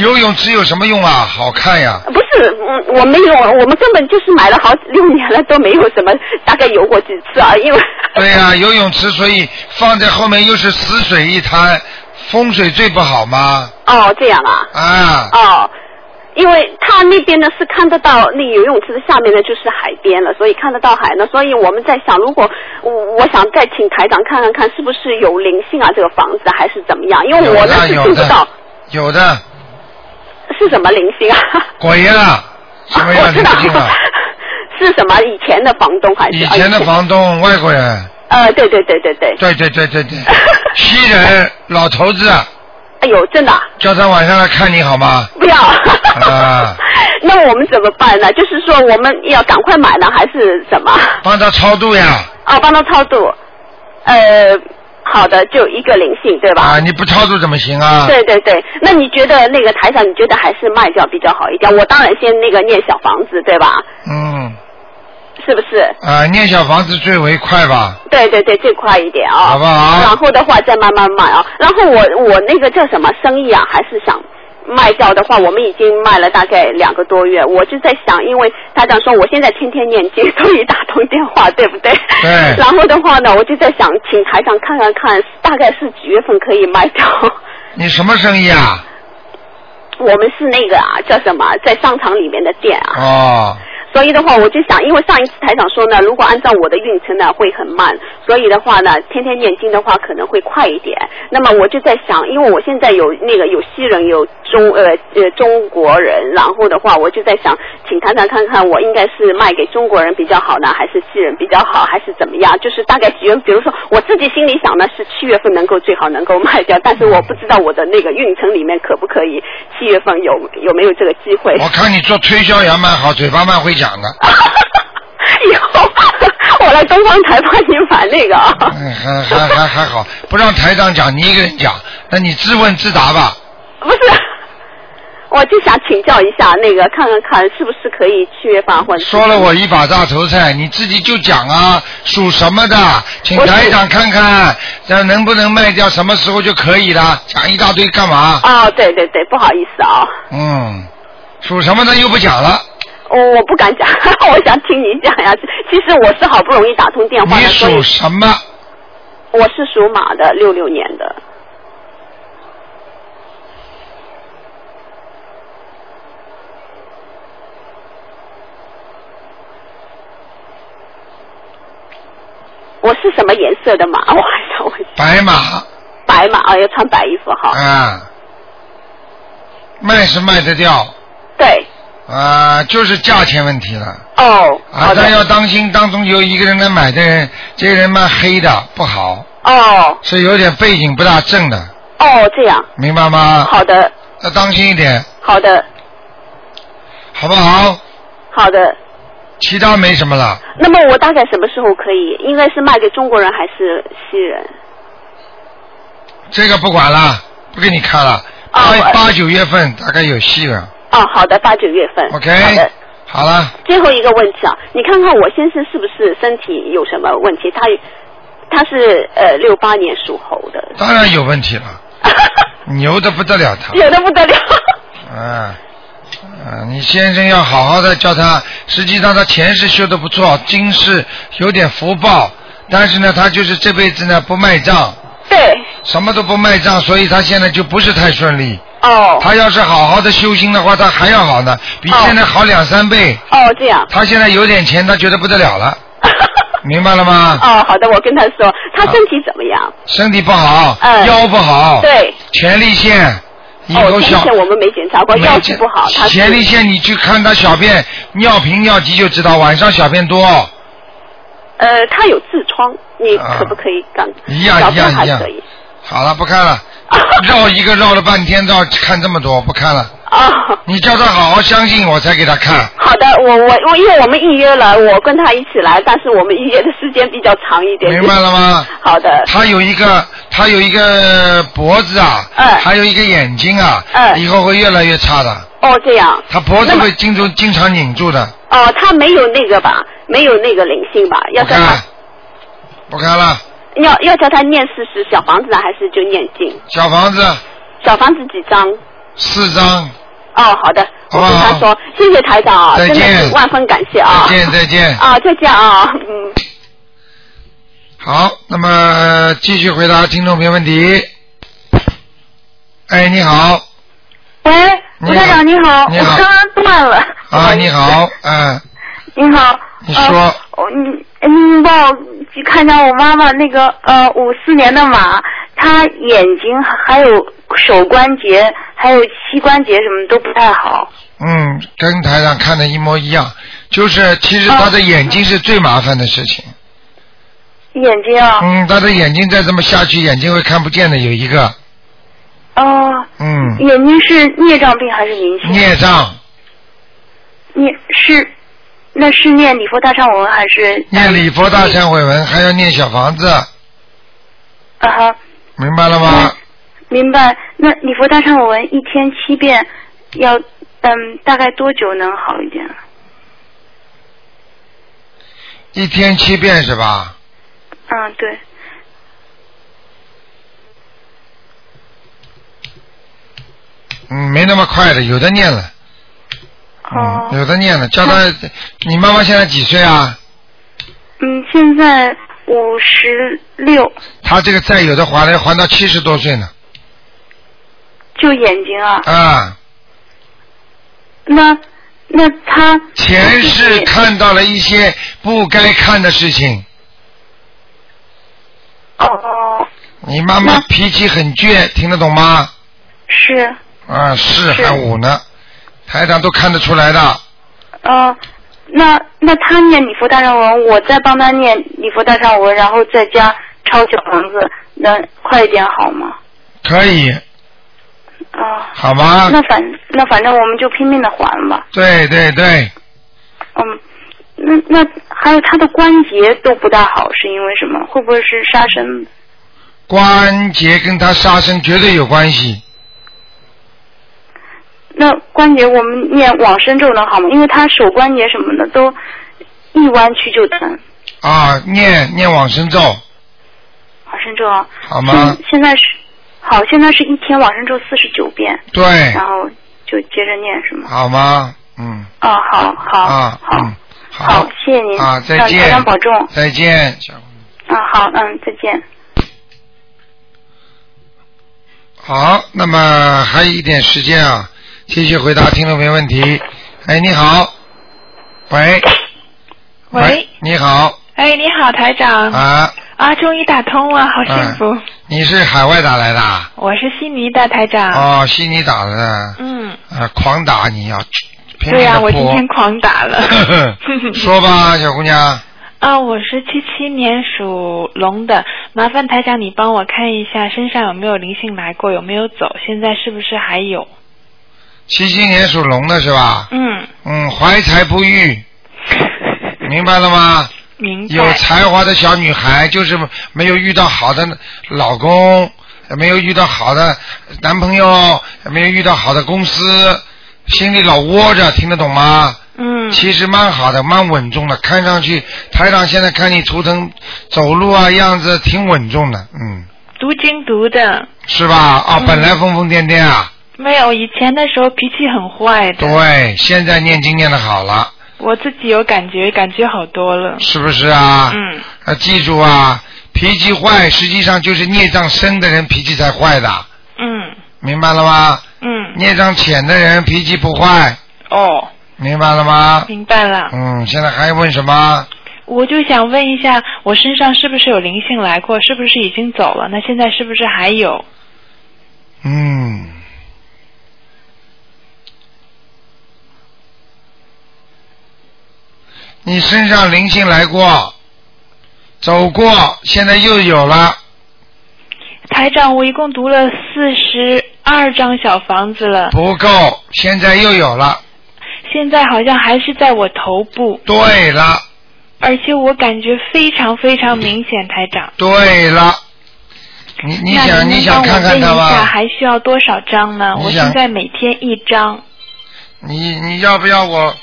S1: 游泳池有什么用啊？好看
S7: [LAUGHS]
S1: 呀，
S7: 不是，嗯，我没有，我们根本就是买了好六年了，都没有什么，大概游过几次啊，因为。
S1: 对呀、游泳池所以放在后面又是死水一滩，风水最不好吗？
S7: 哦，这样啊。
S1: 啊，
S7: 哦，因为他那边呢是看得到那游泳池的下面呢就是海边了，所以看得到海呢，所以我们在想，如果我我想再请台长看看看是不是有灵性啊，这个房子还是怎么样？因为我呢是
S1: 有的有
S7: 听不
S1: 的
S7: 到
S1: 有的
S7: 是什么灵性啊，
S1: 鬼呀、什么
S7: [LAUGHS] 我
S1: 样
S7: 知
S1: 的
S7: 道
S1: 灵性啊？
S7: 是什么以前的房东还是哎
S1: 以前的房东外国人，
S7: 呃对对对对对，
S1: 对对对对对，西人老头子，
S7: 哎呦真的啊、
S1: 叫他晚上来看你好吗？
S7: 不要。 [LAUGHS]
S1: 啊
S7: 那么我们怎么办呢？就是说我们要赶快买呢，还是什么？
S1: 帮他超度呀！
S7: 啊，帮他超度。呃，好的，就一个灵性，对吧？
S1: 啊，你不超度怎么行啊？
S7: 对对对，那你觉得那个台长，你觉得还是卖掉比较好一点？我当然先那个念小房子，对吧？
S1: 嗯，
S7: 是不是？
S1: 啊，念小房子最为快吧？
S7: 对对对，最快一点啊、
S1: 好不好
S7: 然后的话再慢慢卖啊、然后我我那个叫什么生意啊，还是想卖掉的话，我们已经卖了大概两个多月。我就在想，因为台长说我现在天天念经，所以打通电话，对不对？
S1: 对
S7: 然后的话呢，我就在想，请台长看看看，大概是几月份可以卖掉？
S1: 你什么生意啊？
S7: 我们是那个啊，叫什么，在商场里面的店啊。
S1: 哦，
S7: 所以的话，我就想，因为上一次台长说呢，如果按照我的运程呢，会很慢，所以的话呢，天天念经的话可能会快一点。那么我就在想，因为我现在有那个有西人，有中呃呃中国人，然后的话，我就在想，请台长看看，我应该是卖给中国人比较好呢，还是西人比较好，还是怎么样？就是大概几月，比如说我自己心里想呢，是七月份能够最好能够卖掉，但是我不知道我的那个运程里面可不可以七月份有有没有这个机会。
S1: 我看你做推销员蛮好，嘴巴蛮会讲的，
S7: 以后 [LAUGHS] 我来东方台帮你买那个啊。
S1: 嗯，还还还还好，不让台长讲，你一个人讲，那你自问自答吧。
S7: 不是，我就想请教一下那个，看看看是不是可以七月份或者
S1: 说了我一把大头菜，你自己就讲啊，属什么的，请台长看看，这能不能卖掉，什么时候就可以了，讲一大堆干嘛？
S7: 哦，对对对，不好意思啊、
S1: 嗯，属什么的又不讲了，
S7: 我我不敢讲， [LAUGHS] 我想听你讲呀。其实我是好不容易打通电话
S1: 你
S7: 的，所以
S1: 属什么？
S7: 我是属马的，六六年的。我是什么颜色的马？ [LAUGHS] 我还想问，
S1: 白马
S7: 白马啊，要穿白衣服好。
S1: 啊，卖是卖得掉
S7: 对，
S1: 啊，就是价钱问题了
S7: 哦，
S1: 啊
S7: 好，的
S1: 但，要当心，当中有一个人来买的人，这个人蛮黑的，不好，
S7: 哦，
S1: 是有点背景不大正的，
S7: 哦，这样，
S1: 明白吗？
S7: 好的，
S1: 要当心一点，
S7: 好的，
S1: 好不
S7: 嗯
S1: 好？
S7: 好的。
S1: 其他没什么了，
S7: 那么我大概什么时候可以？应该是卖给中国人还是西人？
S1: 这个不管了，不给你看了。
S7: 哦
S1: 八
S7: 我
S1: 八九月份大概有戏了。
S7: 哦，好的，八九月份。
S1: OK
S7: 好的。
S1: 好了，
S7: 最后一个问题啊，你看看我先生是不是身体有什么问题？他他是呃六八年属猴的，
S1: 当然有问题
S7: [LAUGHS]
S1: 了，牛的不得了他。
S7: 有的不得了。
S1: 啊，啊，你先生要好好的叫他。实际上他前世修的不错，今世有点福报，但是呢，他就是这辈子呢不卖账，
S7: 对，
S1: 什么都不卖账，所以他现在就不是太顺利。
S7: 哦
S1: 他要是好好的修心的话，他还要好呢，比现在好两三倍。
S7: 哦，这样。
S1: 他现在有点钱，他觉得不得了
S7: [LAUGHS]
S1: 了，明白了吗？
S7: 哦，好的，我跟他说，他身体怎么样？
S1: 身体不好，
S7: 嗯
S1: 腰不好，
S7: 对，
S1: 前列腺，以
S7: 哦，
S1: 后
S7: 前
S1: 小
S7: 列腺我们没检查过，
S1: 没
S7: 腰
S1: 见
S7: 子不好，他是
S1: 前列腺你去看他小便、尿频、尿急就知道，晚上小便多，
S7: 呃，他有痔疮，你
S1: 啊
S7: 可不可以干？
S1: 一样
S7: 小
S1: 一
S7: 便
S1: 样
S7: 还
S1: 一样
S7: 可以。
S1: 好了，不看
S7: [LAUGHS]
S1: 了，绕一个绕了半天，绕看这么多，不看了。
S7: 哦，嗯
S1: 你叫他好好相信我才给他看，
S7: 好的，我我我，因为我们预约了，我跟他一起来，但是我们预约的时间比较长一点。
S1: 明白了吗？
S7: 好的，
S1: 他有一个，他有一个脖子啊，
S7: 哎
S1: 还有一个眼睛啊，
S7: 哎
S1: 以后会越来越差的。
S7: 哦，这样，
S1: 他脖子
S7: 那么
S1: 会经常经常拧住的，
S7: 哦，他没有那个吧，没有那个灵性吧？要
S1: 不
S7: 叫
S1: 看
S7: 他
S1: 了，不看了。
S7: 要要叫他念四十小房子呢，还是就念经？
S1: 小房子
S7: 小房子几张？
S1: 四张，
S7: 哦，好的，我跟他
S1: 好
S7: 说，谢谢台长啊，
S1: 再
S7: 真的
S1: 见
S7: 是万分感谢啊
S1: 再，见再见。
S7: 啊，再见啊，嗯。
S1: 好，那么呃继续回答听众朋友问题。哎，你好，
S4: 嗯喂，
S1: 你
S4: 吴
S1: 好
S4: 台长你好，
S1: 你
S4: 我
S1: 好
S4: 刚刚断了。不
S1: 啊，
S4: 意思
S1: 你，好，嗯，
S4: 你好。
S1: 你说
S4: 呃我你你帮我去看一下我妈妈那个呃五四年的马，她眼睛还有手关节还有膝关节什么都不太好。
S1: 嗯，跟台上看的一模一样，就是其实他的眼睛是最麻烦的事情，
S4: 眼睛啊，
S1: 嗯，他的眼睛再这么下去，眼睛会看不见的，有一个，
S4: 哦、
S1: 嗯，
S4: 眼睛是孽障病还是灵性？
S1: 孽障，
S4: 孽是，那是念礼佛大忏悔文还是？
S1: 念礼佛大忏悔文，还要念小房子，
S4: 啊哈，
S1: 明白了吗？
S4: 明白。那礼佛大忏悔文一天七遍，要嗯大概多久能好一点？
S1: 一天七遍是吧？
S4: 嗯，对，
S1: 嗯，没那么快的，有的念了，
S4: 哦，
S1: 有的念了，叫他，你妈妈现在几岁啊？
S4: 嗯，现在五十六，
S1: 他这个债有的还了，还到七十多岁呢。
S4: 就眼睛啊，
S1: 啊，
S4: 那那他
S1: 前世看到了一些不该看的事情。
S4: 哦，
S1: 你妈妈
S4: 那
S1: 脾气很倔，听得懂吗？
S4: 是，
S1: 啊，是
S4: 是
S1: 还五呢，台长都看得出来的。
S4: 呃，那那他念礼佛大忏文，我再帮他念礼佛大忏文，然后再加抄小房子，能快一点好吗？
S1: 可以，
S4: 啊、
S1: 好吗？
S4: 那反那反正我们就拼命的还吧，
S1: 对对对，
S4: 嗯。那那还有他的关节都不大好，是因为什么？会不会是杀生？
S1: 关节跟他杀生绝对有关系。
S4: 那关节我们念往生咒能好吗？因为他手关节什么的都一弯曲就疼。
S1: 啊，念念往生咒，
S4: 往生咒啊，
S1: 好吗
S4: 现现在是好，现在是一天往生咒四十九遍，
S1: 对，
S4: 然后就接着念是吗？
S1: 好吗？嗯，
S4: 哦，好好
S1: 啊，
S4: 好、
S1: 嗯，
S4: 好，谢谢您
S1: 啊，再
S4: 让台
S1: 见
S4: 长，保重。
S1: 再见，小
S4: 啊，好，嗯，再见。
S1: 好，那么还有一点时间啊，继续回答听众朋友问题。哎，你好，喂，
S8: 喂，
S1: 你好
S8: 哎，你好，台长。
S1: 啊，哎
S8: 啊，终于打通了，好幸福。
S1: 你是海外打来的啊？
S8: 我是悉尼的台长。
S1: 哦，悉尼打的呢，
S8: 啊嗯，
S1: 啊，狂打你啊，拼
S8: 对
S1: 命
S8: 呀、
S1: 的
S8: 我今
S1: 播
S8: 天。狂打
S1: [LAUGHS]
S8: 了。 [LAUGHS]
S1: 说吧，小姑娘，
S8: 啊，我是七七年属龙的，麻烦台长你帮我看一下身上有没有灵性来过，有没有走，现在是不是还有？
S1: 七七年属龙的是吧？
S8: 嗯，
S1: 嗯，怀才不
S8: [LAUGHS]
S1: 遇，明白了吗？
S8: 明白。
S1: 有才华的小女孩就是没有遇到好的老公，没有遇到好的男朋友，没有遇到好的公司，心里老窝着，听得懂吗？
S8: 嗯。
S1: 其实蛮好的，蛮稳重的，看上去台长现在看你图腾走路啊样子挺稳重的，嗯，
S8: 读经读的，
S1: 是吧？啊，
S8: 嗯
S1: 本来疯疯癫癫啊，
S8: 没有以前的时候脾气很坏的。
S1: 对，现在念经念的好了。
S8: 我自己有感觉，感觉好多了。
S1: 是不是啊？
S8: 嗯。
S1: 啊，记住啊，脾气坏实际上就是孽障深的人脾气才坏的，
S8: 嗯
S1: 明白了吗？
S8: 嗯，
S1: 孽障浅的人脾气不坏，
S8: 哦，
S1: 明白了吗？
S8: 明白了。
S1: 嗯，现在还问什么？
S8: 我就想问一下，我身上是不是有灵性来过？是不是已经走了？那现在是不是还有？
S1: 嗯。你身上灵性来过，走过，现在又有了，
S8: 台长，我一共读了四十二张小房子了，
S1: 不够，现在又有了。
S8: 现在好像还是在我头部，
S1: 对了，
S8: 而且我感觉非常非常明显，台长。
S1: 对了，你你
S8: 那
S1: 想
S8: 您
S1: 你想
S8: 帮我
S1: 看看他
S8: 问一下
S1: 吧？
S8: 还需要多少张呢？
S1: 你
S8: 我
S1: 想
S8: 现在每天一张，
S1: 你你要不要我？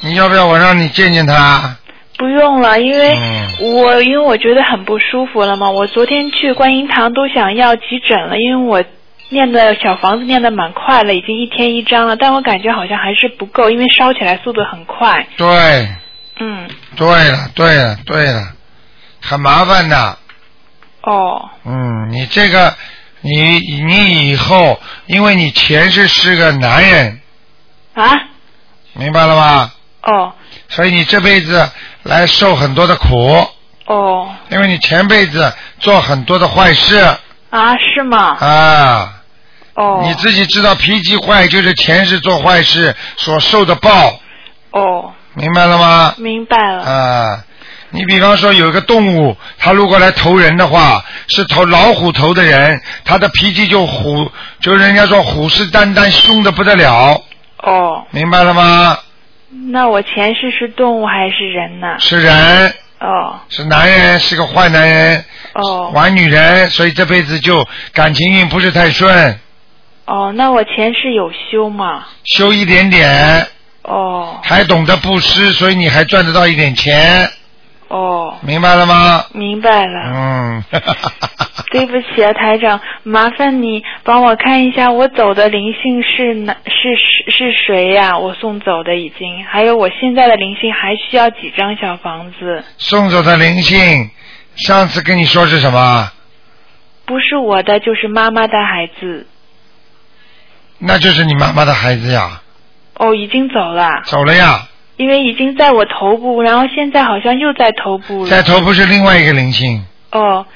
S1: 你要不要我让你见见他？
S8: 不用了，因为
S1: 嗯
S8: 我因为我觉得很不舒服了嘛。我昨天去观音堂都想要急诊了，因为我念的小房子念的蛮快了，已经一天一张了，但我感觉好像还是不够，因为烧起来速度很快。
S1: 对
S8: 嗯，
S1: 对了对了对了，很麻烦的。
S8: 哦，
S1: 嗯，你这个你你以后，因为你前世是个男人，
S8: 啊，
S1: 明白了吧？
S8: 哦，
S1: 所以你这辈子来受很多的苦，
S8: 哦，
S1: 因为你前辈子做很多的坏事
S8: 啊，是吗？
S1: 啊。
S8: 哦，
S1: 你自己知道脾气坏就是前世做坏事所受的报，
S8: 哦，
S1: 明白了吗？
S8: 明白了。
S1: 啊，你比方说有一个动物，它如果来投人的话，是投老虎头的人，它的脾气就虎，就人家说虎视眈眈，凶的不得了，
S8: 哦，
S1: 明白了吗？
S8: 那我前世是动物还是人呢？
S1: 是人，
S8: 哦，
S1: 是男人，是个坏男人，
S8: 哦，
S1: 玩女人，所以这辈子就感情运不是太顺，
S8: 哦，那我前世有修吗？
S1: 修一点点，
S8: 哦，
S1: 还懂得布施，所以你还赚得到一点钱，
S8: 哦，
S1: 明白了吗？
S8: 明白了。
S1: 嗯， [LAUGHS]
S8: [LAUGHS] 对不起啊，台长，麻烦你帮我看一下，我走的灵性是哪是是是谁呀、我送走的已经，还有我现在的灵性还需要几张小房子？
S1: 送走的灵性，上次跟你说是什么？
S8: 不是我的就是妈妈的孩子。
S1: 那就是你妈妈的孩子呀，
S8: 哦，已经走了，
S1: 走了呀，
S8: 因为已经在我头部，然后现在好像又在头部了。
S1: 在头部是另外一个灵性，
S8: 哦，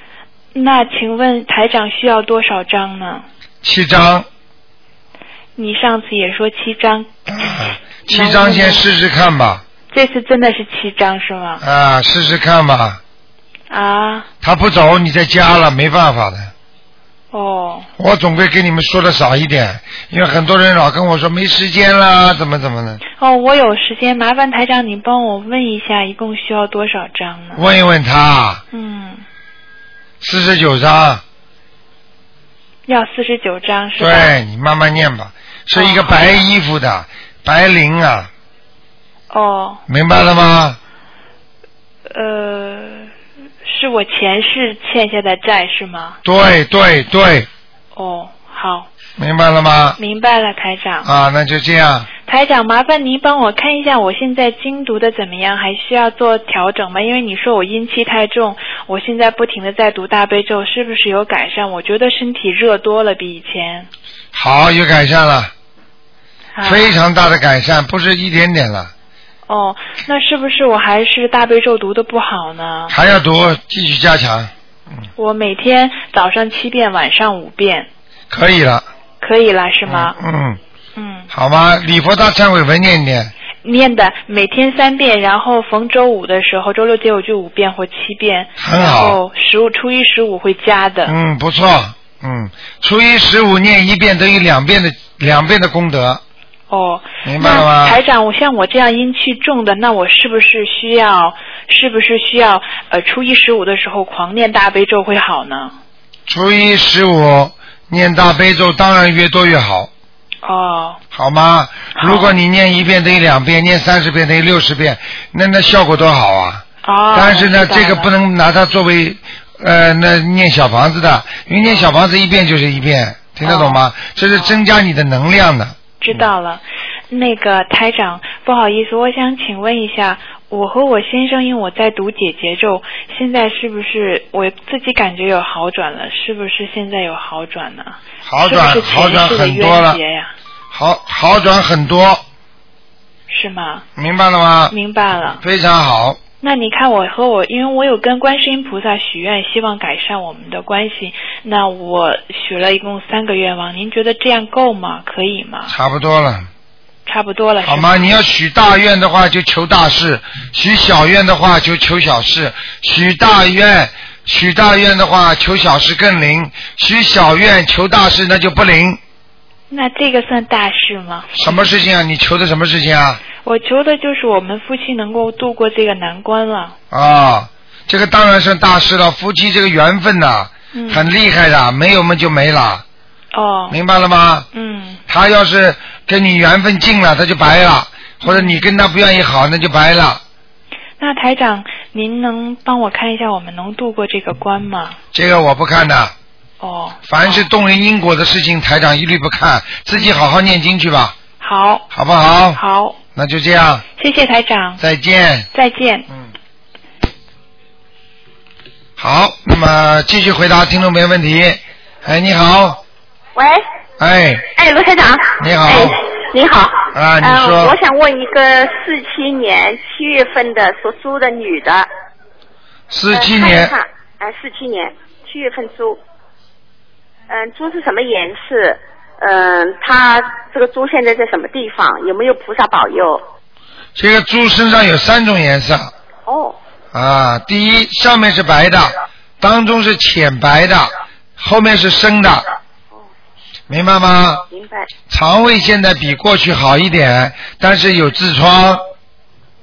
S8: 那请问台长需要多少张呢？
S1: 七张，
S8: 你上次也说七张，
S1: 七张先试试看吧，
S8: 这次真的是七张是吗？
S1: 啊，试试看吧，
S8: 啊，
S1: 他不走你再加了，没办法的。
S8: 哦，
S1: 我总归跟你们说的少一点，因为很多人老跟我说没时间啦，怎么怎么的。
S8: 哦，我有时间，麻烦台长你帮我问一下，一共需要多少张呢？
S1: 问一问他，
S8: 嗯，
S1: 四十九张，
S8: 要四十九张是吧？
S1: 对你慢慢念吧，是一个
S8: 哦
S1: 白衣服的白灵啊，
S8: 哦，
S1: 明白了吗？
S8: 呃，是我前世欠下的债是吗？
S1: 对对对，
S8: 哦，好，
S1: 明白了吗？
S8: 明白了，台长。
S1: 啊，那就这样。
S8: 台长，麻烦您帮我看一下我现在精读的怎么样，还需要做调整吗？因为你说我阴气太重，我现在不停的在读大悲咒，是不是有改善？我觉得身体热多了，比以前。
S1: 好，有改善了，
S8: 啊、
S1: 非常大的改善，不是一点点了，
S8: 哦，那是不是我还是大悲咒读的不好呢？
S1: 还要读，继续加强，
S8: 我每天早上七遍，晚上五遍，
S1: 可以了。
S8: 可以啦，是吗？
S1: 嗯，
S8: 嗯，
S1: 好吗？礼佛大忏悔文念一念，
S8: 念的每天三遍，然后逢周五的时候，周六、周五就五遍或七遍，
S1: 很
S8: 然
S1: 好
S8: 后十五初一十五会加的。
S1: 嗯，不错，嗯，初一十五念一遍等于两遍的两遍的功德，
S8: 哦，
S1: 明白了
S8: 那
S1: 吗？
S8: 台长，我像我这样阴气重的，那我是不是需要，是不是需要呃初一十五的时候狂念大悲咒会好呢？
S1: 初一十五念大悲咒，当然越多越好，
S8: 哦，
S1: 好吗？如果你念一遍等于两遍，念三十遍等于六十遍，那那效果多好啊！
S8: 哦，
S1: 但是呢，
S8: 我知道
S1: 这个
S8: 了
S1: 不能拿它作为呃那念小房子的，因为念小房子一遍就是一遍，听得懂
S8: 哦
S1: 吗？这是增加你的能量的。
S8: 知道了。
S1: 嗯
S8: 那个台长，不好意思，我想请问一下，我和我先生，因为我在读解结咒，现在是不是我自己感觉有好转了？是不是现在有好转呢？
S1: 好转
S8: 是不是
S1: 好转
S8: 前世的
S1: 很多了
S8: 冤结呀，
S1: 好好转很多，
S8: 是吗？
S1: 明白了吗？
S8: 明白了。
S1: 非常好，
S8: 那你看我和我，因为我有跟观世音菩萨许愿，希望改善我们的关系。那我许了一共三个愿望，您觉得这样够吗？可以吗？
S1: 差不多了，
S8: 差不多了，
S1: 好
S8: 是
S1: 吗？你要许大愿的话，就求大事；许小愿的话，就求小事。许大愿，许大愿的话，求小事更灵；许小愿，求大事那就不灵。
S8: 那这个算大事吗？
S1: 什么事情啊？你求的什么事情啊？
S8: 我求的就是我们夫妻能够度过这个难关了。
S1: 啊，这个当然算大事了，夫妻这个缘分呐、
S8: 嗯，
S1: 很厉害的，没有嘛就没了，
S8: 哦，
S1: 明白了吗？
S8: 嗯，
S1: 他要是跟你缘分尽了，他就白了；或者你跟他不愿意好，那就白了。
S8: 那台长，您能帮我看一下我们能度过这个关吗？
S1: 这个我不看的，
S8: 哦，
S1: 凡是动人因果的事情，台长一律不看，自己好好念经去吧，
S8: 好，
S1: 好不好？
S8: 好，
S1: 那就这样，
S8: 谢谢台长，
S1: 再见。
S8: 再见。
S1: 好，那么继续回答听众朋友问题。哎，你好，
S9: 喂，
S1: 哎，
S9: 哎，卢台长，
S1: 你好，
S9: 哎，你好，
S1: 啊，你
S9: 呃
S1: 说
S9: 我想问一个四七年七月份的属猪的女的，
S1: 四七
S9: 呃
S1: 年
S9: 看一看，哎，四七年七月份猪，嗯、猪是什么颜色？嗯、它这个猪现在在什么地方？有没有菩萨保佑？
S1: 这个猪身上有三种颜色。
S9: 哦，
S1: 啊，第一上面是白的，当中是浅白的，后面是深的，明白吗？
S9: 明白。
S1: 肠胃现在比过去好一点，但是有痔疮，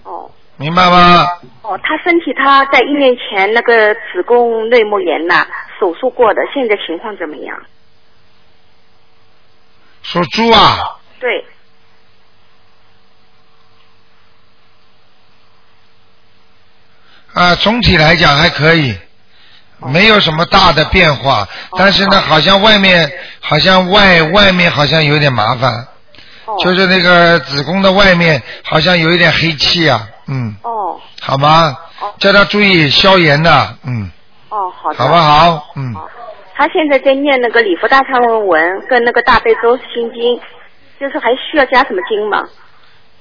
S9: 哦
S1: 明白吗？
S9: 哦，她身体她在一年前那个子宫内膜炎呐、手术过的，现在情况怎么样？
S1: 属猪啊，
S9: 对，
S1: 啊，总体来讲还可以，
S9: 哦
S1: 没有什么大的变化，但是呢，好像外面好像外外面好像有点麻烦，
S9: 哦
S1: 就是那个子宫的外面好像有一点黑气啊，嗯。
S9: 哦
S1: 好吗？叫他注意消炎的，嗯，
S9: 哦，好的，
S1: 好不好？嗯，
S9: 他现在在念那个礼佛大忏悔文跟那个大悲咒心经，就是还需要加什么经吗？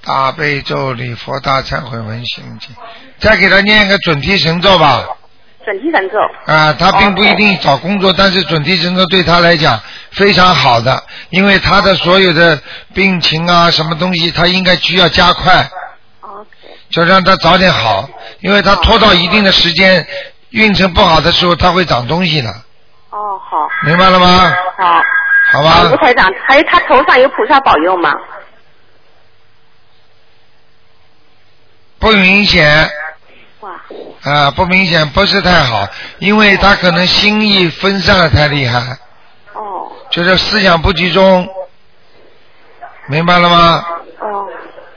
S1: 大悲咒、礼佛大忏悔文心经，再给他念个准提神咒吧。
S9: 准提神咒。
S1: 啊，他并不一定找工作，但是准提神咒对他来讲非常好的，因为他的所有的病情啊，什么东西，他应该需要加快。就让他早点好，因为他拖到一定的时间，运程不好的时候，他会长东西的，
S9: 哦，好。
S1: 明白了吗？
S9: 好。
S1: 好吧。
S9: 卢台长，还有他头上有菩萨保佑吗？
S1: 不明显。
S9: 哇。哦
S1: 啊，不明显，不是太好，因为他可能心意分散的太厉害。哦。就是思想不集中，明白了吗？
S9: 哦，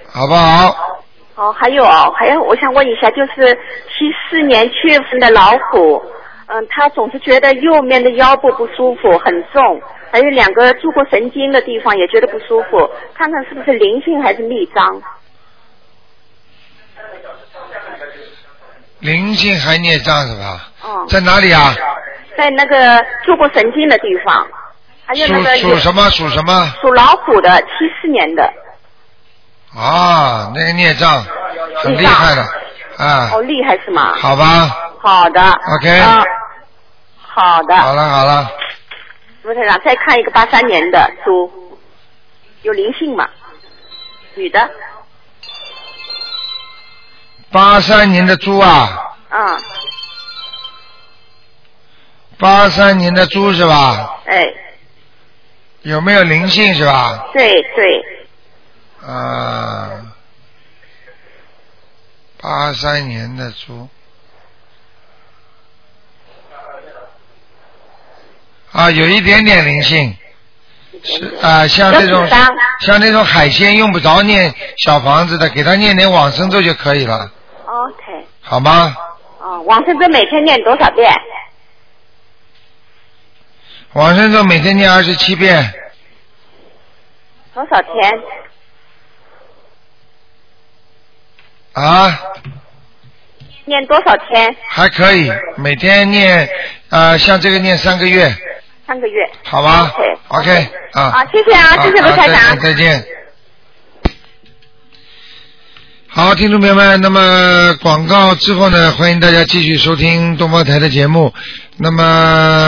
S1: 好不好？
S9: 哦，还有哦，还有，我想问一下，就是七四年七月份的老虎，嗯，他总是觉得右面的腰部不舒服，很重，还有两个坐过神经的地方也觉得不舒服，看看是不是灵性还是逆章？
S1: 灵性还孽障是吧？
S9: 哦。
S1: 在哪里啊？
S9: 在那个坐过神经的地方，还有那
S1: 属
S9: 个
S1: 属什么？属什么？
S9: 属老虎的，七四年的，
S1: 啊，那个孽障很厉害的啊，
S9: 哦，厉害是吗？
S1: 好吧
S9: 好的。
S1: OK
S9: 啊好的。
S1: 好了好了，
S9: 卢台长，再看一个八三年的猪，有灵性吗？女的，
S1: 八三年的猪啊，
S9: 啊，
S1: 八三年的猪是吧？
S9: 哎，
S1: 有没有灵性是吧？
S9: 对对，
S1: 啊，八三年的猪。啊，有一点点灵性，是啊，像这种
S9: 有几张
S1: 像这种海鲜用不着念小房子的，给他念点往生咒就可以了，
S9: ，OK，
S1: 好吗？
S9: 哦，往生咒每天念多少遍？
S1: 往生咒每天念二十七遍，
S9: 多少天？
S1: 啊，
S9: 念多少天？
S1: 还可以，每天念啊、像这个念三个月，
S9: 三个月。
S1: 好吧
S9: OK
S1: ？OK，啊。
S9: 啊，谢谢啊，谢谢卢
S1: 好
S9: 台
S1: 再见。
S9: 长
S1: 再见。好，听众朋友们，那么广告之后呢，欢迎大家继续收听东方台的节目。那么。